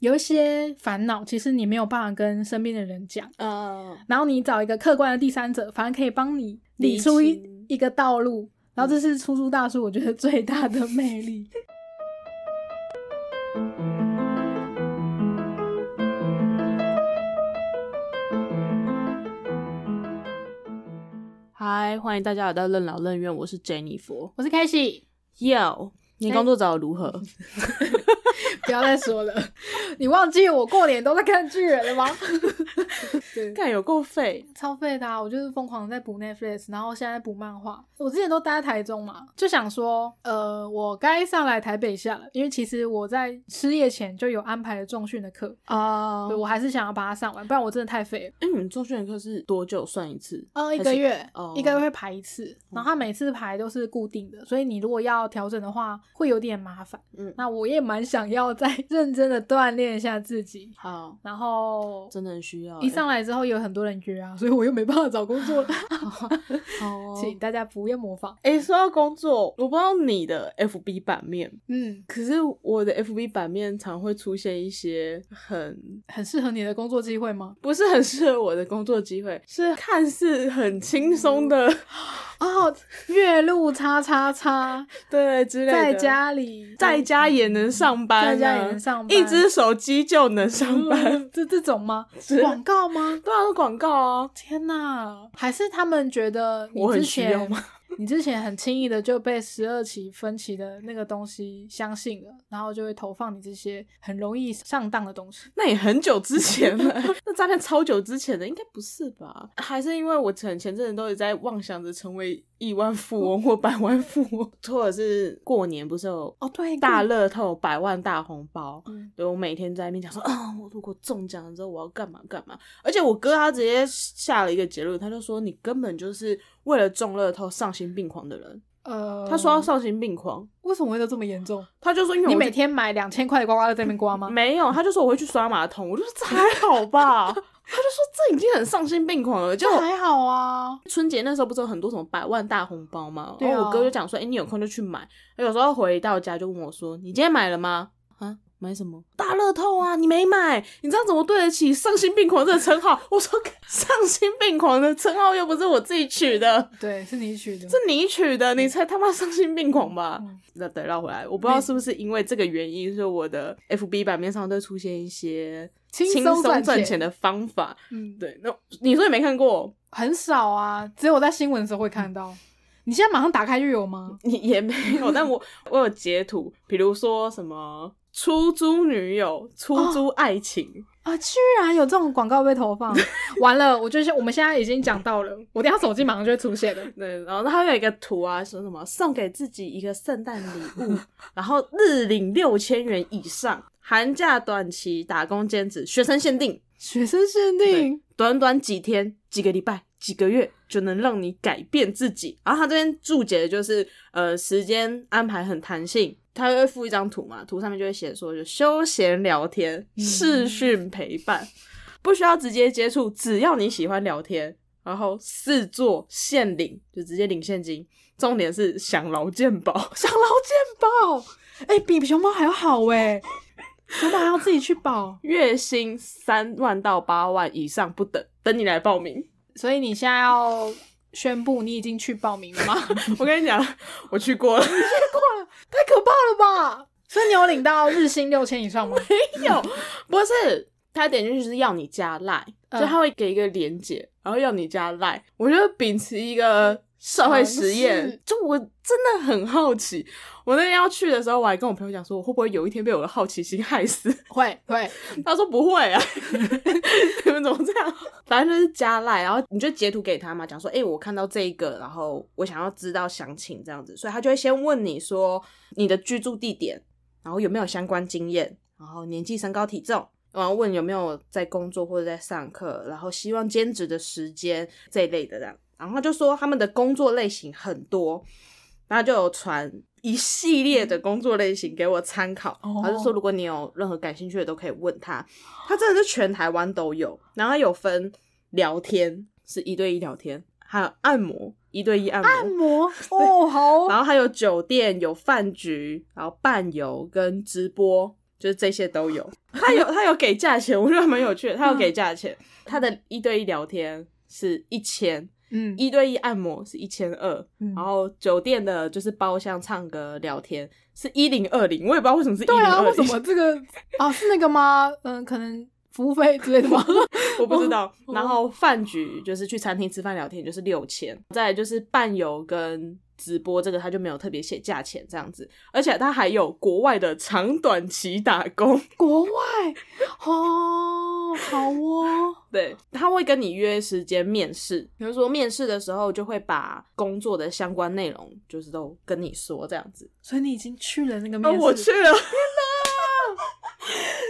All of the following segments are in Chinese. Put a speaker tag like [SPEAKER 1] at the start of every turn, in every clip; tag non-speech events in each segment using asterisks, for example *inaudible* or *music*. [SPEAKER 1] 有一些烦恼，其实你没有办法跟身边的人讲，
[SPEAKER 2] 嗯，
[SPEAKER 1] 然后你找一个客观的第三者，反而可以帮你理嗯
[SPEAKER 2] 理
[SPEAKER 1] 出一
[SPEAKER 2] 清
[SPEAKER 1] 一个道路。然后这是出租大叔我觉得最大的魅力。
[SPEAKER 2] 嗨，欢迎大家来到任劳任怨，我是 Jennifer。
[SPEAKER 1] *laughs* 我是开始，
[SPEAKER 2] Yo，你
[SPEAKER 1] 哎
[SPEAKER 2] 工作找的如何？
[SPEAKER 1] *laughs* 不要再说了，你忘记我过年都在看巨人了吗？ *laughs* 对，
[SPEAKER 2] *laughs* 干有够废，
[SPEAKER 1] 超废的、啊，我就是疯狂在补 Netflix，然后现在补漫画。我之前都待在台中嘛，就想说，呃，我该上来台北一下了，因为其实我在失业前就有安排了重训的课，
[SPEAKER 2] 啊
[SPEAKER 1] 对我还是想要把它上完，不然我真的太废了。
[SPEAKER 2] 哎、你们中训的课是多久算一次？
[SPEAKER 1] 呃，一
[SPEAKER 2] 还
[SPEAKER 1] 个
[SPEAKER 2] 是
[SPEAKER 1] 月，
[SPEAKER 2] 哦
[SPEAKER 1] 一个月会排一次，然后它每次排都是固定的，所以你如果要调整的话，会有点麻烦。
[SPEAKER 2] 嗯
[SPEAKER 1] 那我也蛮想要再 *laughs* 认真的锻炼一下自己，
[SPEAKER 2] 好，
[SPEAKER 1] 然后
[SPEAKER 2] 真的很需要、欸
[SPEAKER 1] 一上来之后有很多人约啊，所以我又没办法找工作了，
[SPEAKER 2] 哎好、哦。
[SPEAKER 1] 请大家不要模仿。
[SPEAKER 2] 哎、说到工作，我不知道你的 FB 版面，
[SPEAKER 1] 嗯，
[SPEAKER 2] 可是我的 FB 版面常会出现一些很
[SPEAKER 1] 很适合你的工作机会吗？
[SPEAKER 2] 不是很适合我的工作机会，是看似很轻松的，
[SPEAKER 1] 哦，月入叉叉叉，
[SPEAKER 2] 对之类的，
[SPEAKER 1] 在家里，
[SPEAKER 2] 在家也能上班、啊
[SPEAKER 1] 在家也能上班
[SPEAKER 2] 一只手机就能上班。
[SPEAKER 1] 嗯这这种吗？
[SPEAKER 2] 是
[SPEAKER 1] 广告吗？
[SPEAKER 2] 对啊，广告啊，
[SPEAKER 1] 天哪！还是他们觉得你
[SPEAKER 2] 我很
[SPEAKER 1] 之
[SPEAKER 2] 需要
[SPEAKER 1] 前
[SPEAKER 2] 吗
[SPEAKER 1] 你之前很轻易的就被十二期分期的那个东西相信了，然后就会投放你这些很容易上当的东西。
[SPEAKER 2] 那也很久之前 *laughs* 了，那诈骗超久之前的，应该不是吧？还是因为我前前阵子都一直在妄想着成为亿万富翁或百万富翁， *laughs* 或者是过年不是有
[SPEAKER 1] 哦，对，
[SPEAKER 2] 大
[SPEAKER 1] 了，
[SPEAKER 2] 乐透、百万大红包，
[SPEAKER 1] 嗯
[SPEAKER 2] 对我每天在那边讲说，啊，我如果中奖了之后我要干嘛干嘛。而且我哥他直接下了一个结论，他就说你根本就是为了中乐透丧心病狂的人。
[SPEAKER 1] 呃，
[SPEAKER 2] 他说要丧心病狂，
[SPEAKER 1] 为什么会都这么严重？
[SPEAKER 2] 他就说因为
[SPEAKER 1] 你
[SPEAKER 2] 我就嗯
[SPEAKER 1] 每天买两千块的刮刮乐在那边刮吗？
[SPEAKER 2] 没有，他就说我会去刷马桶，我就说这还好吧。他就说这已经很丧心病狂了，就
[SPEAKER 1] 这还好啊，
[SPEAKER 2] 春节那时候不是有很多什么百万大红包吗？
[SPEAKER 1] 对啊
[SPEAKER 2] 然后我哥就讲说，哎、你有空就去买。有时候回到家就问我说，你今天买了吗？啊，买什么？大乐透啊，你没买，你这样怎么对得起丧心病狂这个称号？我说 *laughs* 丧心病狂的称号又不是我自己取的，
[SPEAKER 1] 对，是你取的。
[SPEAKER 2] 是你取的，你才他妈丧心病狂吧
[SPEAKER 1] 嗯？
[SPEAKER 2] 那得绕回来，我不知道是不是因为这个原因，所以我的 FB 版面上都会出现一些
[SPEAKER 1] 轻
[SPEAKER 2] 轻
[SPEAKER 1] 松
[SPEAKER 2] 松
[SPEAKER 1] 赚
[SPEAKER 2] 赚
[SPEAKER 1] 钱
[SPEAKER 2] 钱的方法。
[SPEAKER 1] 嗯，
[SPEAKER 2] 对，那你说你没看过，
[SPEAKER 1] 很少啊，只有我在新闻的时候会看
[SPEAKER 2] 嗯
[SPEAKER 1] 到。你现在马上打开就有吗？
[SPEAKER 2] 你也没有，但我我有截图，比如说什么出租女友、出租爱情，
[SPEAKER 1] 啊，居然有这种广告被投 *laughs* 放，完了，我就是我们现在已经讲到了，我等一下手机马上就会出现了。
[SPEAKER 2] 对，然后它有一个图啊，说什么送给自己一个圣诞礼物，然后日领六千元以上，寒假短期打工兼职，学生限定。
[SPEAKER 1] 学生限定，
[SPEAKER 2] 短短几天、几个礼拜、几个月就能让你改变自己。然后他这边注解的就是，呃，时间安排很弹性。他会附一张图嘛，图上面就会写说，就休闲聊天、
[SPEAKER 1] 嗯
[SPEAKER 2] 视讯陪伴，不需要直接接触，只要你喜欢聊天，然后试做现领，就直接领现金。重点是享劳健保， *laughs*
[SPEAKER 1] 想劳健保，哎、比熊猫还要好哎、熊猫还要自己去保，
[SPEAKER 2] 月薪三万到八万以上不等，等你来报名。
[SPEAKER 1] 所以你现在要宣布你已经去报名了吗？ *laughs* 太
[SPEAKER 2] 我跟你讲，我去过了。
[SPEAKER 1] 可怕了吧！所以你有领到日薪六千以上吗？
[SPEAKER 2] 有，不是他点进去是要你加赖，
[SPEAKER 1] 嗯
[SPEAKER 2] 就他会给一个连接，然后要你加赖。我就秉持一个社会实
[SPEAKER 1] 尝试
[SPEAKER 2] 验，就我真的很好奇。我那天要去的时候，我还跟我朋友讲说，我会不会有一天被我的好奇心害死？
[SPEAKER 1] *laughs* 会会，
[SPEAKER 2] 他说不会啊， *laughs* 你们怎么这样？反正就是加赖，然后你就截图给他嘛，讲说，哎、我看到这一个，然后我想要知道详情这样子，所以他就会先问你说你的居住地点，然后有没有相关经验，然后年纪、身高、体重。然后问有没有在工作或者在上课，然后希望兼职的时间这一类的这样，然后他就说他们的工作类型很多，然后就有传一系列的工作类型给我参考，
[SPEAKER 1] 哦
[SPEAKER 2] 他就说如果你有任何感兴趣的都可以问他，他真的是全台湾都有，然后他有分聊天是一对一聊天，还有按摩一对一按摩，
[SPEAKER 1] 按 *laughs* 摩哦，好
[SPEAKER 2] 然后还有酒店、有饭局，然后伴游跟直播，就是这些都有。他有他有给价钱，我觉得蛮有趣的。他有给价钱，他的一对一聊天是一千，
[SPEAKER 1] 嗯，
[SPEAKER 2] 一对一按摩是一千二，
[SPEAKER 1] 嗯
[SPEAKER 2] 然后酒店的就是包厢唱歌聊天是一零二零，我也不知道为什么是一零
[SPEAKER 1] 对啊，
[SPEAKER 2] 二
[SPEAKER 1] 为什
[SPEAKER 2] 零，
[SPEAKER 1] 么这个啊是那个吗？嗯，可能服务费之类的 *laughs* 吗？
[SPEAKER 2] *laughs* 我不知道。
[SPEAKER 1] 哦
[SPEAKER 2] 然后饭局就是去餐厅吃饭聊天就是六千，再来就是伴游跟直播这个他就没有特别写价钱这样子，而且他还有国外的长短期打工，
[SPEAKER 1] 国外哦，好哦，
[SPEAKER 2] 对，他会跟你约时间面试，比如说面试的时候就会把工作的相关内容就是都跟你说这样子。
[SPEAKER 1] 所以你已经哦去了那个
[SPEAKER 2] 啊，
[SPEAKER 1] 面试，
[SPEAKER 2] 我去了，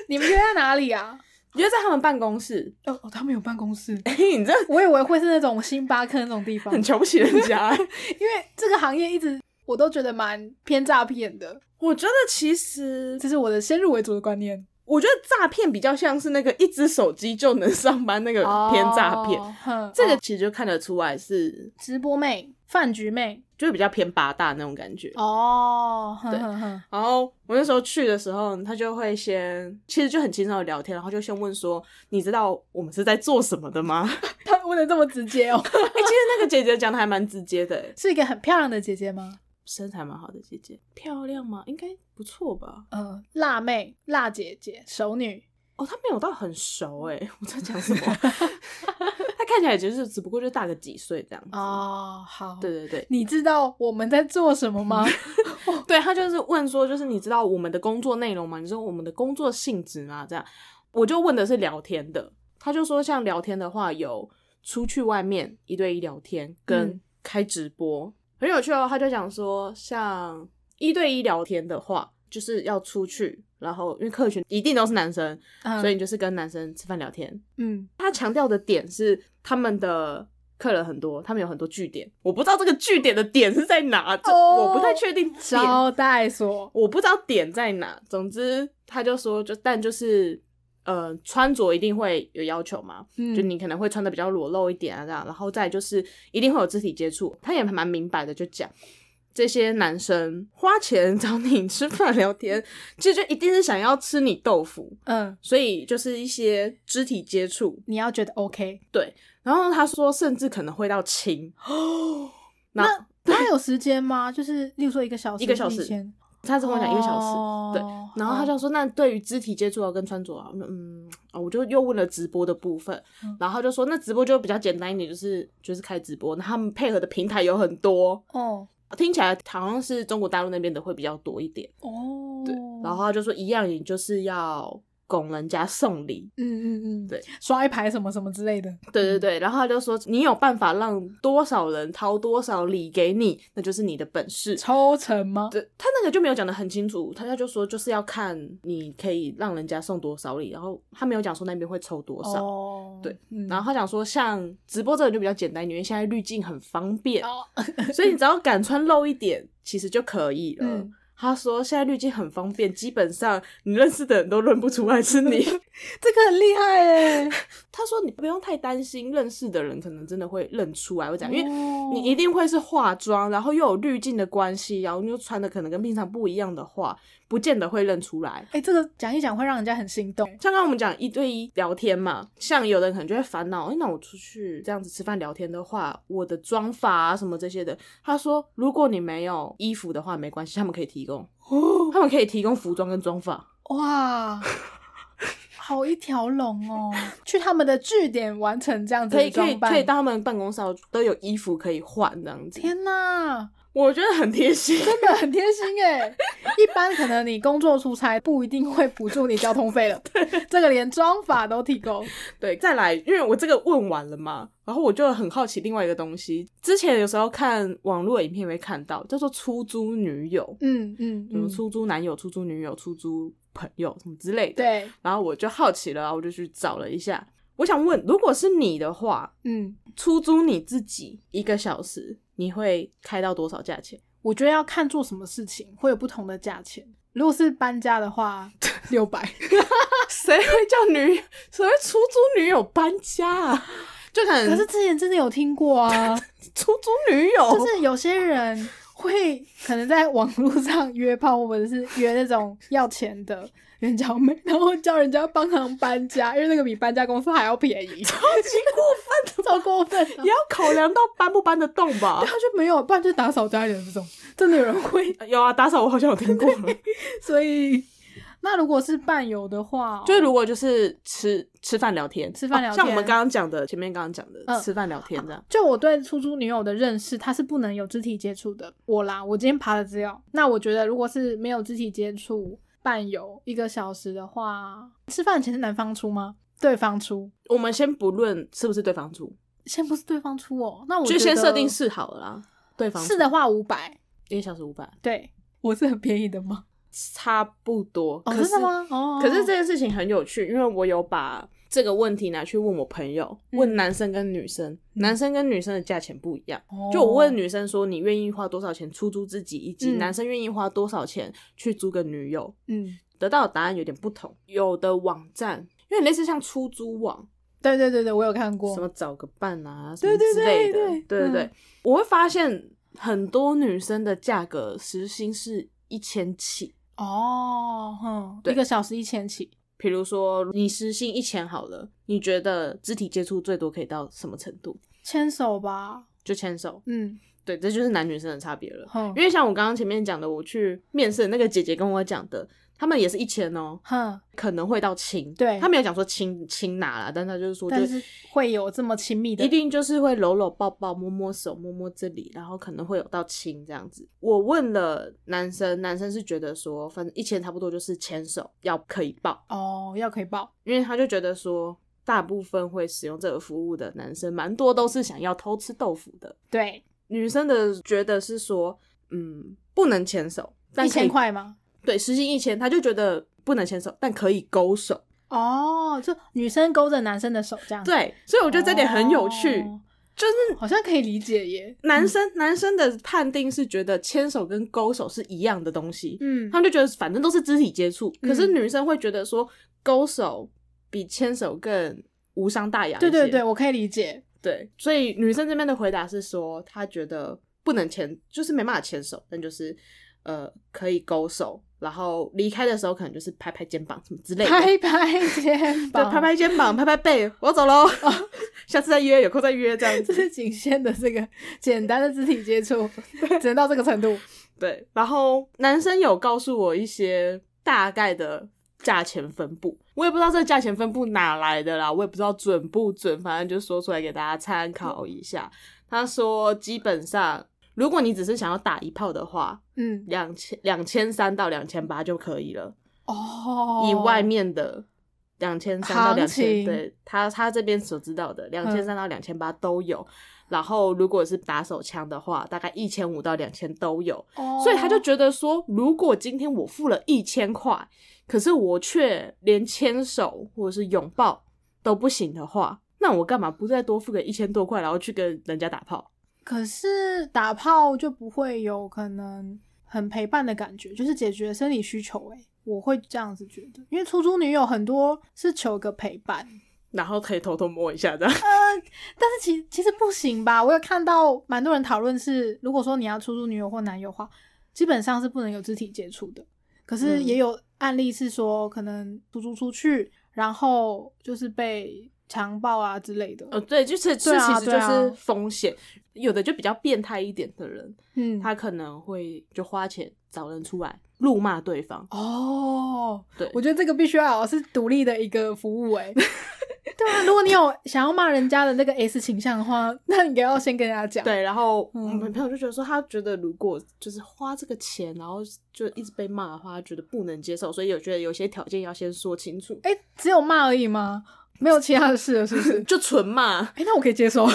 [SPEAKER 1] 你们约在哪里啊？
[SPEAKER 2] 约在他们办公室， *laughs*
[SPEAKER 1] 哦，哦他们有办公室，
[SPEAKER 2] 嘿，你这
[SPEAKER 1] 我以为会是那种星巴克那种地方，
[SPEAKER 2] 很瞧不起人家欸、
[SPEAKER 1] *laughs* 因为这个行业一直我都觉得蛮偏诈骗的，
[SPEAKER 2] *laughs* 我觉得其实，
[SPEAKER 1] 这是我的先入为主的观念，
[SPEAKER 2] 我觉得诈骗比较像是那个一只手机就能上班那个偏诈骗，
[SPEAKER 1] 哦，哼
[SPEAKER 2] 哦这个
[SPEAKER 1] 哦
[SPEAKER 2] 其实就看得出来是
[SPEAKER 1] 直播妹、饭局妹
[SPEAKER 2] 就是比较偏八大那种感觉。
[SPEAKER 1] 哦，哼
[SPEAKER 2] 对
[SPEAKER 1] 哼哼
[SPEAKER 2] 然后我那时候去的时候，他就会先，其实就很轻松的聊天，然后就先问说：“你知道我们是在做什么的吗？” *laughs*
[SPEAKER 1] 他问的这么直接哦，
[SPEAKER 2] 哎、其实那个姐姐讲的还蛮直接的、
[SPEAKER 1] *laughs*
[SPEAKER 2] 欸，
[SPEAKER 1] 是一个很漂亮的姐姐吗？
[SPEAKER 2] 身材蛮好的姐姐，漂亮吗？应该不错吧？
[SPEAKER 1] 嗯，辣妹、辣姐姐、熟女，
[SPEAKER 2] 哦，她没有到很熟哎、 *laughs* 我在讲什么？她看起来就是只不过就大个几岁这样子。
[SPEAKER 1] 哦，好，
[SPEAKER 2] 对，对对。
[SPEAKER 1] 你知道我们在做什么
[SPEAKER 2] *laughs*
[SPEAKER 1] 吗？
[SPEAKER 2] 对她就是问说，就是你知道我们的工作内容吗？你知道我们的工作性质吗？这样，我就问的是聊天的，她就说像聊天的话，有出去外面一对一聊天，跟
[SPEAKER 1] 嗯
[SPEAKER 2] 开直播，很有趣哦。她就讲说，像一对一聊天的话，就是要出去，然后因为客群一定都是男生，
[SPEAKER 1] 嗯
[SPEAKER 2] 所以你就是跟男生吃饭聊天。
[SPEAKER 1] 嗯，
[SPEAKER 2] 他强调的点是他们的客人很多，他们有很多据点，我不知道这个据点的点是在哪，这、
[SPEAKER 1] 哦
[SPEAKER 2] 我不太确定点，
[SPEAKER 1] 招待所，
[SPEAKER 2] 我不知道点在哪。总之，他就说就但就是。呃，穿着一定会有要求嘛？
[SPEAKER 1] 嗯
[SPEAKER 2] 就你可能会穿的比较裸露一点啊，这样，然后再就是一定会有肢体接触。他也蛮明白的，就讲这些男生花钱找你吃饭聊天，其实就一定是想要吃你豆腐，
[SPEAKER 1] 嗯，
[SPEAKER 2] 所以就是一些肢体接触，
[SPEAKER 1] 你要觉得 OK，
[SPEAKER 2] 然后他说，甚至可能会到亲。那
[SPEAKER 1] *gasps* 他有时间吗？就是例如说一个小时，
[SPEAKER 2] 一个小时
[SPEAKER 1] 一天
[SPEAKER 2] 他是跟我讲一个小时，对
[SPEAKER 1] 哦
[SPEAKER 2] 然后他就说，那对于肢体接触啊跟穿着啊，我说嗯，啊我就又问了直播的部分，
[SPEAKER 1] 嗯
[SPEAKER 2] 然后他就说，那直播就比较简单一点，就是就是开直播，那他们配合的平台有很多，
[SPEAKER 1] 哦
[SPEAKER 2] 听起来好像是中国大陆那边的会比较多一点，
[SPEAKER 1] 哦，
[SPEAKER 2] 对，然后他就说一样，你就是要拱人家送礼，
[SPEAKER 1] 嗯嗯嗯，
[SPEAKER 2] 对，
[SPEAKER 1] 刷一排什么什么之类的，
[SPEAKER 2] 对对对，然后他就说你有办法让多少人掏多少礼给你，那就是你的本事，
[SPEAKER 1] 抽成吗？
[SPEAKER 2] 对他那个就没有讲的很清楚，他他就说就是要看你可以让人家送多少礼，然后他没有讲说那边会抽多少。
[SPEAKER 1] 哦，
[SPEAKER 2] 对
[SPEAKER 1] 嗯，
[SPEAKER 2] 然后他讲说，像直播这个就比较简单一点，因为现在滤镜很方便，
[SPEAKER 1] 哦，
[SPEAKER 2] 所以你只要敢穿露一点，其实就可以了。
[SPEAKER 1] 嗯
[SPEAKER 2] 他说现在滤镜很方便，基本上你认识的人都认不出来是你。
[SPEAKER 1] *laughs* 这个很厉害哎，
[SPEAKER 2] 他说你不用太担心，认识的人可能真的会认出来，会这样，因为
[SPEAKER 1] 为
[SPEAKER 2] 你一定会是化妆，然后又有滤镜的关系，然后你又穿的可能跟平常不一样的话，不见得会认出来。
[SPEAKER 1] 哎，这个讲一讲会让人家很心动，
[SPEAKER 2] 像刚刚我们讲一对一聊天嘛，像有的人可能就会烦恼，哎，那我出去这样子吃饭聊天的话，我的妆发啊什么这些的，他说如果你没有衣服的话没关系，他们可以提
[SPEAKER 1] *gasps*
[SPEAKER 2] 供，他们可以提供服装跟妆发。 *laughs*
[SPEAKER 1] 哇。好一条龙哦！去他们的据点完成这样子
[SPEAKER 2] 可
[SPEAKER 1] 的
[SPEAKER 2] 以可以
[SPEAKER 1] 装扮
[SPEAKER 2] 可以到他们办公室哦都有衣服可以换这样子，
[SPEAKER 1] 天哪，
[SPEAKER 2] 我觉得很贴心。 *laughs*
[SPEAKER 1] 真的很贴心哎！一般可能你工作出差不一定会补助你交通费
[SPEAKER 2] *laughs*
[SPEAKER 1] 了，这个连妆法都提供。
[SPEAKER 2] 对，再来，因为我这个问完了嘛，然后我就很好奇另外一个东西。之前有时候看网络影片会看到，叫做出租女友，
[SPEAKER 1] 嗯嗯，
[SPEAKER 2] 什么
[SPEAKER 1] 嗯
[SPEAKER 2] 出租男友、出租女友、出租朋友什么之类的。
[SPEAKER 1] 对，
[SPEAKER 2] 然后我就好奇了，然后我就去找了一下。我想问，如果是你的话，
[SPEAKER 1] 嗯，
[SPEAKER 2] 出租你自己一个小时，你会开到多少价钱？ *laughs*
[SPEAKER 1] 我觉得要看做什么事情会有不同的价钱。如果是搬家的
[SPEAKER 2] *laughs*
[SPEAKER 1] 话，六百。
[SPEAKER 2] 谁会叫女，谁会出租女友搬家啊？就可能
[SPEAKER 1] 可是之前真的有听过啊，
[SPEAKER 2] 出租女友，
[SPEAKER 1] 就是有些人会可能在网络上约炮，或者是约那种要钱的，人家妹，然后叫人家帮忙搬家，因为那个比搬家公司还要便宜，
[SPEAKER 2] 超级过分的吧，
[SPEAKER 1] 超过分的。
[SPEAKER 2] 也要考量到搬不搬得动吧
[SPEAKER 1] 他？就没有，不然就打扫家里的这种，真的有人会。
[SPEAKER 2] 有啊，打扫我好像有听过了。
[SPEAKER 1] 所以，那如果是伴游的话，
[SPEAKER 2] *laughs* 就是如果就是吃吃饭聊天，
[SPEAKER 1] 吃饭聊
[SPEAKER 2] 哦
[SPEAKER 1] 天
[SPEAKER 2] 像我们刚刚讲的，前面刚刚讲的
[SPEAKER 1] 嗯
[SPEAKER 2] 吃饭聊天这样。
[SPEAKER 1] 就我对出租女友的认识，她是不能有肢体接触的。我啦，我今天爬的资料，那我觉得如果是没有肢体接触，伴游一个小时的话，吃饭钱是男方出吗？对方出，
[SPEAKER 2] 我们先不论是不是对方出，
[SPEAKER 1] 先不是对方出哦，那我
[SPEAKER 2] 就先
[SPEAKER 1] 觉得
[SPEAKER 2] 设定是好了啦。对方
[SPEAKER 1] 是的话五百，
[SPEAKER 2] 一个小时五百，
[SPEAKER 1] 对我是很便宜的吗？
[SPEAKER 2] 差不多。
[SPEAKER 1] 哦，
[SPEAKER 2] 可
[SPEAKER 1] 真
[SPEAKER 2] 是
[SPEAKER 1] 的？吗？哦，
[SPEAKER 2] 可是这件事情很有趣，因为我有把这个问题拿去问我朋友，
[SPEAKER 1] 嗯
[SPEAKER 2] 问男生跟女生，男生跟女生的价钱不一样。
[SPEAKER 1] 哦
[SPEAKER 2] 就我问女生说，你愿意花多少钱出租自己，以及
[SPEAKER 1] 嗯
[SPEAKER 2] 男生愿意花多少钱去租个女友，
[SPEAKER 1] 嗯，
[SPEAKER 2] 得到的答案有点不同。有的网站，因为类似像出租网，
[SPEAKER 1] 对对对对，我有看过
[SPEAKER 2] 什，么找个伴啊，什
[SPEAKER 1] 对
[SPEAKER 2] 么
[SPEAKER 1] 对
[SPEAKER 2] 之类
[SPEAKER 1] 对
[SPEAKER 2] 的，
[SPEAKER 1] 对
[SPEAKER 2] 对
[SPEAKER 1] 嗯
[SPEAKER 2] 对我会发现很多女生的价格时薪是一千起。
[SPEAKER 1] 哦，哼，
[SPEAKER 2] 对
[SPEAKER 1] 一个小时一千起，
[SPEAKER 2] 比如说，你时薪一千好了，你觉得肢体接触最多可以到什么程度？
[SPEAKER 1] 牵手吧，
[SPEAKER 2] 就牵手。
[SPEAKER 1] 嗯，
[SPEAKER 2] 对，这就是男女生的差别了。
[SPEAKER 1] 哼
[SPEAKER 2] 因为像我刚刚前面讲的，我去面试的那个姐姐跟我讲的，他们也是一千哦，
[SPEAKER 1] 哼，
[SPEAKER 2] 可能会到亲。
[SPEAKER 1] 对
[SPEAKER 2] 他没有讲说亲亲哪啦，但他就是说，就
[SPEAKER 1] 但是会有这么亲密的，
[SPEAKER 2] 一定就是会搂搂抱抱、摸摸手、摸摸这里，然后可能会有到亲这样子。我问了男生，男生是觉得说，反正一千差不多就是牵手要可以抱，
[SPEAKER 1] 哦，要可以抱。
[SPEAKER 2] 因为他就觉得说，大部分会使用这个服务的男生，蛮多都是想要偷吃豆腐的。
[SPEAKER 1] 对，
[SPEAKER 2] 女生的觉得是说，嗯，不能牵手，但
[SPEAKER 1] 一
[SPEAKER 2] 可以
[SPEAKER 1] 千，块吗？
[SPEAKER 2] 对，实行一千，他就觉得不能牵手，但可以勾手。
[SPEAKER 1] 哦，就女生勾着男生的手这样。，
[SPEAKER 2] 对，所以我
[SPEAKER 1] 我
[SPEAKER 2] 觉得这点很有趣，
[SPEAKER 1] 哦
[SPEAKER 2] 就是
[SPEAKER 1] 好像可以理解耶。
[SPEAKER 2] 男生、男生的判定是觉得牵手跟勾手是一样的东西，
[SPEAKER 1] 嗯
[SPEAKER 2] 他们就觉得反正都是肢体接触。
[SPEAKER 1] 嗯
[SPEAKER 2] 可是女生会觉得说勾手比牵手更无伤大雅一
[SPEAKER 1] 对
[SPEAKER 2] 些。
[SPEAKER 1] 对对，我可以理解。
[SPEAKER 2] 对，所以女生这边的回答是说，她觉得不能牵，就是没办法牵手，但就是呃可以勾手，然后离开的时候可能就是拍拍肩膀什么之类的。
[SPEAKER 1] 拍拍肩
[SPEAKER 2] *laughs* 对，
[SPEAKER 1] 膀，哦
[SPEAKER 2] 拍，拍肩膀，拍拍背，我要走喽， *laughs* 下次再约，有空再约这样
[SPEAKER 1] 这。
[SPEAKER 2] 子
[SPEAKER 1] 是仅限的这个简单的肢体接
[SPEAKER 2] *laughs*
[SPEAKER 1] 触，只能到这个程度。
[SPEAKER 2] 对，然后男生有告诉我一些大概的价钱分布，我也不知道这个价钱分布哪来的啦，我也不知道准不准，反正就说出来给大家参
[SPEAKER 1] 嗯
[SPEAKER 2] 考一下。他说，基本上如果你只是想要打一炮的话，
[SPEAKER 1] 嗯，
[SPEAKER 2] 两千两千三到两千八就可以了，
[SPEAKER 1] 哦，
[SPEAKER 2] 以外面的。两千三到
[SPEAKER 1] 行
[SPEAKER 2] 两
[SPEAKER 1] 嗯
[SPEAKER 2] 千，
[SPEAKER 1] 情
[SPEAKER 2] 对他他这边所知道的两千三到两千八都有，然后如果是打手枪的话，大概一千五到两千都有，
[SPEAKER 1] 哦，
[SPEAKER 2] 所以他就觉得说，如果今天我付了一千块，可是我却连牵手或者是拥抱都不行的话，那我干嘛不再多付个一千多块，然后去跟人家打炮？
[SPEAKER 1] 可是打炮就不会有可能很陪伴的感觉，就是解决生理需求、欸。我会这样子觉得，因为出租女友很多是求个陪伴，
[SPEAKER 2] 然后可以偷偷摸一下这样。
[SPEAKER 1] 但是其其实不行吧？我有看到蛮多人讨论是，如果说你要出租女友或男友的话，基本上是不能有肢体接触的。可是
[SPEAKER 2] 嗯
[SPEAKER 1] 也有案例是说，可能出租出去，然后就是被强暴啊之类的。
[SPEAKER 2] *laughs* 呃，对，就是这
[SPEAKER 1] 对啊
[SPEAKER 2] 其实就
[SPEAKER 1] 对啊
[SPEAKER 2] 是风险。有的就比较变态一点的人，
[SPEAKER 1] 嗯，
[SPEAKER 2] 他可能会就花钱找人出来辱骂对方。
[SPEAKER 1] 哦，
[SPEAKER 2] 对
[SPEAKER 1] 我觉得这个必须要是独立的一个服务
[SPEAKER 2] *laughs*
[SPEAKER 1] 哎、对啊，如果你有想要骂人家的那个 S 倾向的话，那你应该要先跟人家讲。，
[SPEAKER 2] 对，然后我
[SPEAKER 1] 嗯
[SPEAKER 2] 们朋友就觉得说，他觉得如果就是花这个钱，然后就一直被骂的话，他觉得不能接受，所以有觉得有些条件要先说清楚，？
[SPEAKER 1] 哎、只有骂而已吗？没有其他的事了，是不是
[SPEAKER 2] *laughs* 就纯骂，
[SPEAKER 1] 哎、那我可以接受， *laughs*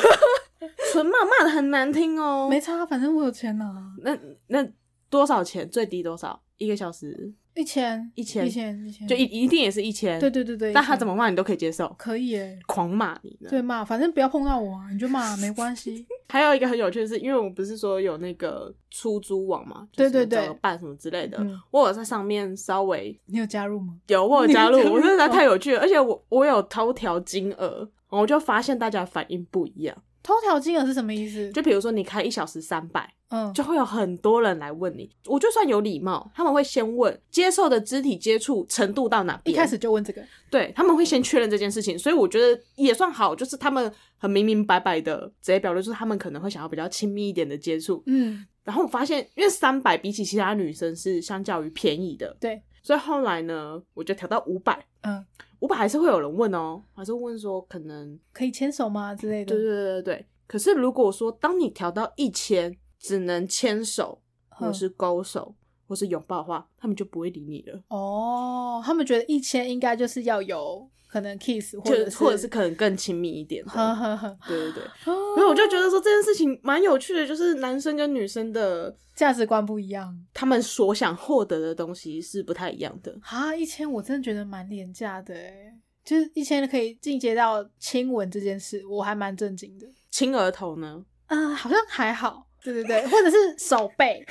[SPEAKER 2] 纯骂骂的很难听哦。
[SPEAKER 1] 没差，啊反正我有钱啊呐、
[SPEAKER 2] *laughs* 那那多少钱？最低多少？一个小时
[SPEAKER 1] 一千，
[SPEAKER 2] 一千
[SPEAKER 1] 一千，一千，
[SPEAKER 2] 就一一定也是一千，
[SPEAKER 1] 对对对对。
[SPEAKER 2] 但他怎
[SPEAKER 1] 么
[SPEAKER 2] 么啊骂你都可以接受，
[SPEAKER 1] 可以哎、
[SPEAKER 2] 狂骂你呢。
[SPEAKER 1] 对骂，反正不要碰到我啊，你就
[SPEAKER 2] *laughs*
[SPEAKER 1] 骂没关系。
[SPEAKER 2] 还有一个很有趣的是，因为我们不是说有那个出租网嘛，就是
[SPEAKER 1] 对对对
[SPEAKER 2] 找个伴什么之类的，
[SPEAKER 1] 嗯
[SPEAKER 2] 我有在上面稍微
[SPEAKER 1] 你有加入吗？
[SPEAKER 2] 有我有加入，
[SPEAKER 1] 你有加入
[SPEAKER 2] 我真的太有趣了，而且我我有偷调金额，我就发现大家反应不一样。
[SPEAKER 1] 偷调金额是什么意思？
[SPEAKER 2] 就比如说你开一小时三百，
[SPEAKER 1] 嗯，
[SPEAKER 2] 就会有很多人来问你。我就算有礼貌，他们会先问接受的肢体接触程度到哪
[SPEAKER 1] 一
[SPEAKER 2] 边，
[SPEAKER 1] 开始就问这个，
[SPEAKER 2] 对他们会先确认这件事情，所以我觉得也算好，就是他们很明明白白的直接表露出他们可能会想要比较亲密一点的接触。
[SPEAKER 1] 嗯，
[SPEAKER 2] 然后我发现，因为三百比起其他女生是相较于便宜的，
[SPEAKER 1] 对，
[SPEAKER 2] 所以后来呢，我就调到五百，
[SPEAKER 1] 嗯，
[SPEAKER 2] 五百还是会有人问哦，还是问说可能
[SPEAKER 1] 可以牵手吗之类的？
[SPEAKER 2] 对对对对对。可是如果说当你调到一千，只能牵手或
[SPEAKER 1] 嗯
[SPEAKER 2] 是勾手或是拥抱的话，他们就不会理你了，
[SPEAKER 1] 哦，他们觉得一千应该就是要有可能 kiss 或
[SPEAKER 2] 就
[SPEAKER 1] 者
[SPEAKER 2] 或者是可能更亲密一点的。
[SPEAKER 1] 呵呵呵，
[SPEAKER 2] 对对对。所以
[SPEAKER 1] 哦
[SPEAKER 2] 我就觉得说这件事情蛮有趣的，就是男生跟女生的
[SPEAKER 1] 价值观不一样
[SPEAKER 2] 他们所想获得的东西是不太一样的。
[SPEAKER 1] 啊！一千我真的觉得蛮廉价的诶，就是一千可以进阶到亲吻这件事，我还蛮震惊的。
[SPEAKER 2] 亲额头呢？ *laughs*
[SPEAKER 1] 啊、好像还好，对对对， *laughs* 或者是手 *laughs* 背，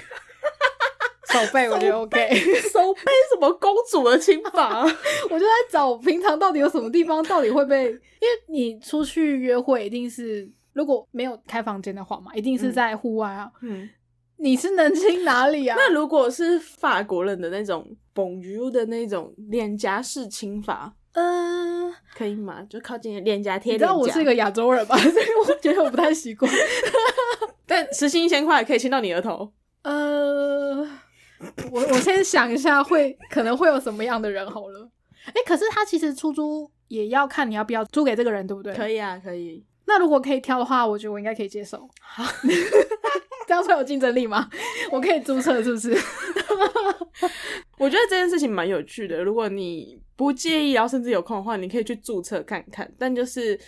[SPEAKER 1] 手背我觉得 OK。 *laughs*
[SPEAKER 2] 手背什么公主的亲法？
[SPEAKER 1] 我就在找平常到底有什么地方到底会 *laughs* 被，因为你出去约会一定是如果没有开房间的话嘛，一定是
[SPEAKER 2] 嗯
[SPEAKER 1] 在户外啊。
[SPEAKER 2] 嗯，
[SPEAKER 1] 你是能亲哪里啊？
[SPEAKER 2] 那如果是法国人的那种 Bonjour 的那种脸颊式亲法，
[SPEAKER 1] 嗯、
[SPEAKER 2] 可以吗？就靠近脸颊贴
[SPEAKER 1] 你知
[SPEAKER 2] 脸颊。
[SPEAKER 1] 道我是一个亚洲人吧， *laughs* 所以我觉得我不太习惯。
[SPEAKER 2] 但时薪一千块可以亲到你额头。
[SPEAKER 1] 呃，我我先想一下会可能会有什么样的人好了。哎、可是他其实出租也要看你要不要租给这个人，对不对？
[SPEAKER 2] 可以啊，可以。
[SPEAKER 1] 那如果可以挑的话，我觉得我应该可以接受。 *laughs* 这样算有竞争力吗？ *laughs* 我可以注册是不是？
[SPEAKER 2] 我觉得这件事情蛮有趣的。如果你不介意，然后甚至有空的话，你可以去注册看看。但就是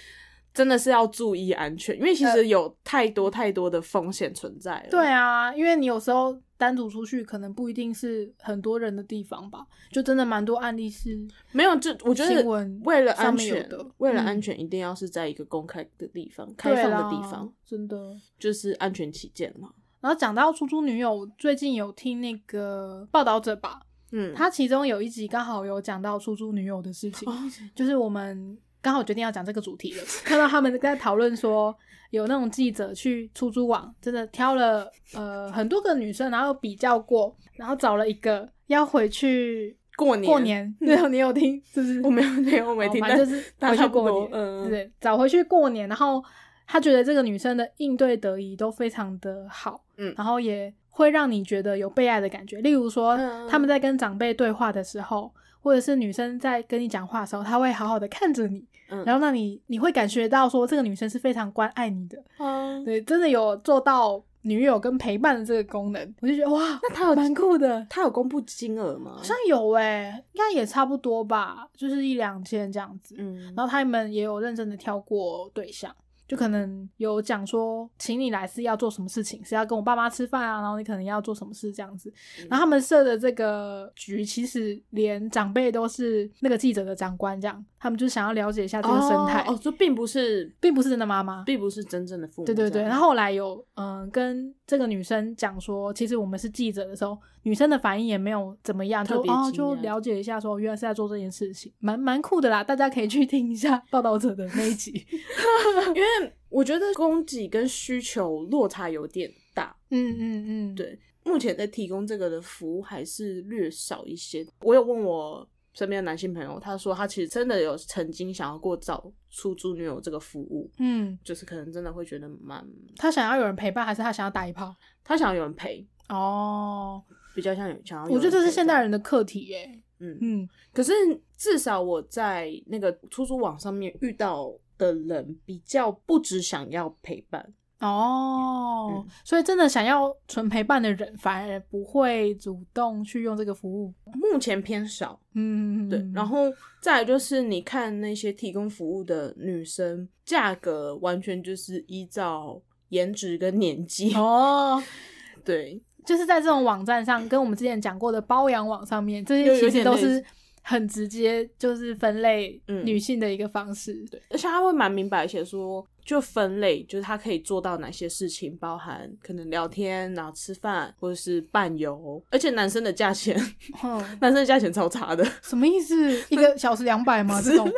[SPEAKER 2] 真的是要注意安全，因为其
[SPEAKER 1] 呃
[SPEAKER 2] 实有太多太多的风险存在了。
[SPEAKER 1] *laughs* 对啊，因为你有时候单独出去，可能不一定是很多人的地方吧，就真的蛮多案例是，
[SPEAKER 2] 没有就我觉
[SPEAKER 1] 新
[SPEAKER 2] 得
[SPEAKER 1] 闻
[SPEAKER 2] 为了
[SPEAKER 1] 上
[SPEAKER 2] 安
[SPEAKER 1] 面有
[SPEAKER 2] 全
[SPEAKER 1] 的，
[SPEAKER 2] 为了安
[SPEAKER 1] 嗯
[SPEAKER 2] 全，一定要是在一个公开的地方、开放的地
[SPEAKER 1] 对啦
[SPEAKER 2] 方，，
[SPEAKER 1] 真的。
[SPEAKER 2] 就是安全起见嘛。
[SPEAKER 1] 然后讲到出租女友，我最近有听那个报道者吧，
[SPEAKER 2] 嗯，
[SPEAKER 1] 他其中有一集刚好有讲到出租女友的事情，
[SPEAKER 2] 哦
[SPEAKER 1] *laughs* 就是我们刚好决定要讲这个主题了。看到他们在讨论说，有那种记者去出租网，真的挑了呃很多个女生，然后比较过，然后找了一个要回去
[SPEAKER 2] 过年嗯
[SPEAKER 1] 过年。对，你有听是不是？
[SPEAKER 2] 我没有没有没
[SPEAKER 1] 哦
[SPEAKER 2] 听，
[SPEAKER 1] 反
[SPEAKER 2] 但
[SPEAKER 1] 正
[SPEAKER 2] *laughs*
[SPEAKER 1] 就是
[SPEAKER 2] 但
[SPEAKER 1] 回
[SPEAKER 2] 差
[SPEAKER 1] 去
[SPEAKER 2] 不
[SPEAKER 1] 过
[SPEAKER 2] 多
[SPEAKER 1] 年，
[SPEAKER 2] 嗯
[SPEAKER 1] 对，找回去过年，然后他觉得这个女生的应对得宜都非常的好，
[SPEAKER 2] 嗯
[SPEAKER 1] 然后也会让你觉得有被爱的感觉。例如说
[SPEAKER 2] 嗯，
[SPEAKER 1] 他们在跟长辈对话的时候，或者是女生在跟你讲话的时候，她会好好的看着你，
[SPEAKER 2] 嗯
[SPEAKER 1] 然后让你你会感觉到说这个女生是非常关爱你的，
[SPEAKER 2] 哦
[SPEAKER 1] 对，真的有做到女友跟陪伴的这个功能，我就觉得哇，
[SPEAKER 2] 那他有嗯
[SPEAKER 1] 蛮酷的。
[SPEAKER 2] 他有公布金额吗
[SPEAKER 1] 好？像有诶、应该也差不多吧，就是一两千这样子。
[SPEAKER 2] 嗯
[SPEAKER 1] 然后他们也有认真的挑过对象，就可能有讲说，请你来是要做什么事情，是要跟我爸妈吃饭啊，然后你可能要做什么事这样子。
[SPEAKER 2] 嗯
[SPEAKER 1] 然后他们设的这个局，其实连长辈都是那个记者的长官这样，他们就想要了解一下这个生态，
[SPEAKER 2] 哦，哦就并不是
[SPEAKER 1] 并不是真的妈妈。
[SPEAKER 2] 并不是真正的父母这
[SPEAKER 1] 对
[SPEAKER 2] 样。
[SPEAKER 1] 对对，然后后来有嗯跟这个女生讲说，其实我们是记者的时候，女生的反应也没有怎么样，
[SPEAKER 2] 特
[SPEAKER 1] 就
[SPEAKER 2] 别
[SPEAKER 1] 哦
[SPEAKER 2] 惊
[SPEAKER 1] 就
[SPEAKER 2] 讶
[SPEAKER 1] 了解一下说原来是在做这件事情，蛮蛮酷的啦，大家可以去听一下报道者的那一
[SPEAKER 2] *laughs*
[SPEAKER 1] 集。
[SPEAKER 2] 因为我觉得供给跟需求落差有点大，
[SPEAKER 1] 嗯嗯嗯，
[SPEAKER 2] 对目前在提供这个的服务还是略少一些。我有问我身边的男性朋友，他说他其实真的有曾经想要过找出租女友这个服务，
[SPEAKER 1] 嗯，
[SPEAKER 2] 就是可能真的会觉得蛮，
[SPEAKER 1] 他想要有人陪伴，还是他想要打一炮？
[SPEAKER 2] 他想要有人陪，
[SPEAKER 1] 哦，
[SPEAKER 2] 比较像有想要有人陪。
[SPEAKER 1] 我觉得这是现代人的课题耶。
[SPEAKER 2] 嗯，
[SPEAKER 1] 嗯
[SPEAKER 2] 可是至少我在那个出租网上面遇到的人比较不只想要陪伴，
[SPEAKER 1] 哦，
[SPEAKER 2] 嗯
[SPEAKER 1] 所以真的想要纯陪伴的人，反而不会主动去用这个服务。
[SPEAKER 2] 目前偏少。
[SPEAKER 1] 嗯，
[SPEAKER 2] 对，然后再来就是你看那些提供服务的女生，价格完全就是依照颜值跟年纪。
[SPEAKER 1] 哦，
[SPEAKER 2] *laughs* 对，
[SPEAKER 1] 就是在这种网站上，跟我们之前讲过的包养网上面，这些
[SPEAKER 2] 又有
[SPEAKER 1] 其实
[SPEAKER 2] 点
[SPEAKER 1] 都
[SPEAKER 2] 类似
[SPEAKER 1] 是很直接，就是分类
[SPEAKER 2] 嗯
[SPEAKER 1] 女性的一个方式。
[SPEAKER 2] 对，而且他会蛮明白地写说，就分类，就是他可以做到哪些事情，包含可能聊天，然后吃饭，或者是伴游。而且男生的价钱， *laughs*
[SPEAKER 1] 嗯，
[SPEAKER 2] 男生的价钱超差的，
[SPEAKER 1] 什么意思？一个小时两百
[SPEAKER 2] *laughs*
[SPEAKER 1] 吗？这种
[SPEAKER 2] 一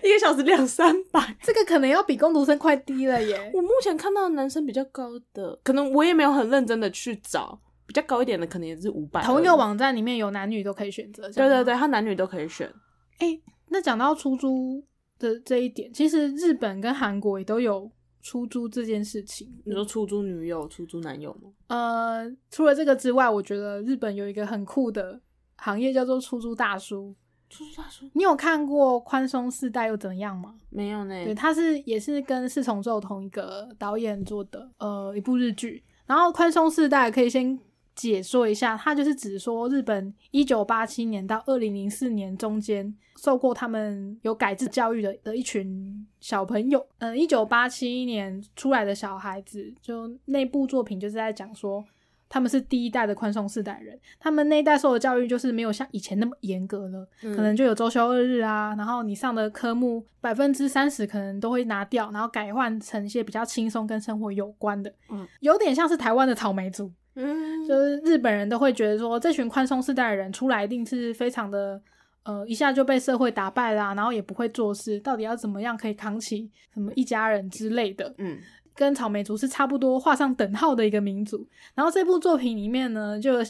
[SPEAKER 2] 个小时两三百。
[SPEAKER 1] 这个可能要比工读生快低了耶。
[SPEAKER 2] 我目前看到的男生比较高的，可能我也没有很认真的去找，比较高一点的可能也是五百。
[SPEAKER 1] 同一个，网站里面有男女都可以选择。这
[SPEAKER 2] 对
[SPEAKER 1] 样吗
[SPEAKER 2] 对对，。他男女都可以选。
[SPEAKER 1] 哎、那讲到出租的这一点，其实日本跟韩国也都有出租这件事情。
[SPEAKER 2] 你说出租女友、出租男友吗？
[SPEAKER 1] 呃，除了这个之外，我觉得日本有一个很酷的行业叫做出租大叔。
[SPEAKER 2] 出租大叔
[SPEAKER 1] 你有看过《宽松世代又怎样》吗？
[SPEAKER 2] 没有呢。
[SPEAKER 1] 对，它是也是跟四重奏同一个导演做的，呃，一部日剧。然后《宽松世代》可以先解说一下，它就是指说日本一九八七年到二零零四年中间受过他们有改制教育的的一群小朋友。嗯、呃，一九八七年出来的小孩子，就那部作品就是在讲说。他们是第一代的宽松世代人，他们那一代受的教育就是没有像以前那么严格了，
[SPEAKER 2] 嗯
[SPEAKER 1] 可能就有周休二日啊，然后你上的科目百分之三十可能都会拿掉，然后改换成一些比较轻松跟生活有关的，
[SPEAKER 2] 嗯，
[SPEAKER 1] 有点像是台湾的草莓族，
[SPEAKER 2] 嗯，
[SPEAKER 1] 就是日本人都会觉得说，这群宽松世代的人出来一定是非常的，呃，一下就被社会打败啦、然后也不会做事，到底要怎么样可以扛起什么一家人之类的，
[SPEAKER 2] 嗯
[SPEAKER 1] 跟草莓族是差不多画上等号的一个民族。然后这部作品里面呢，就有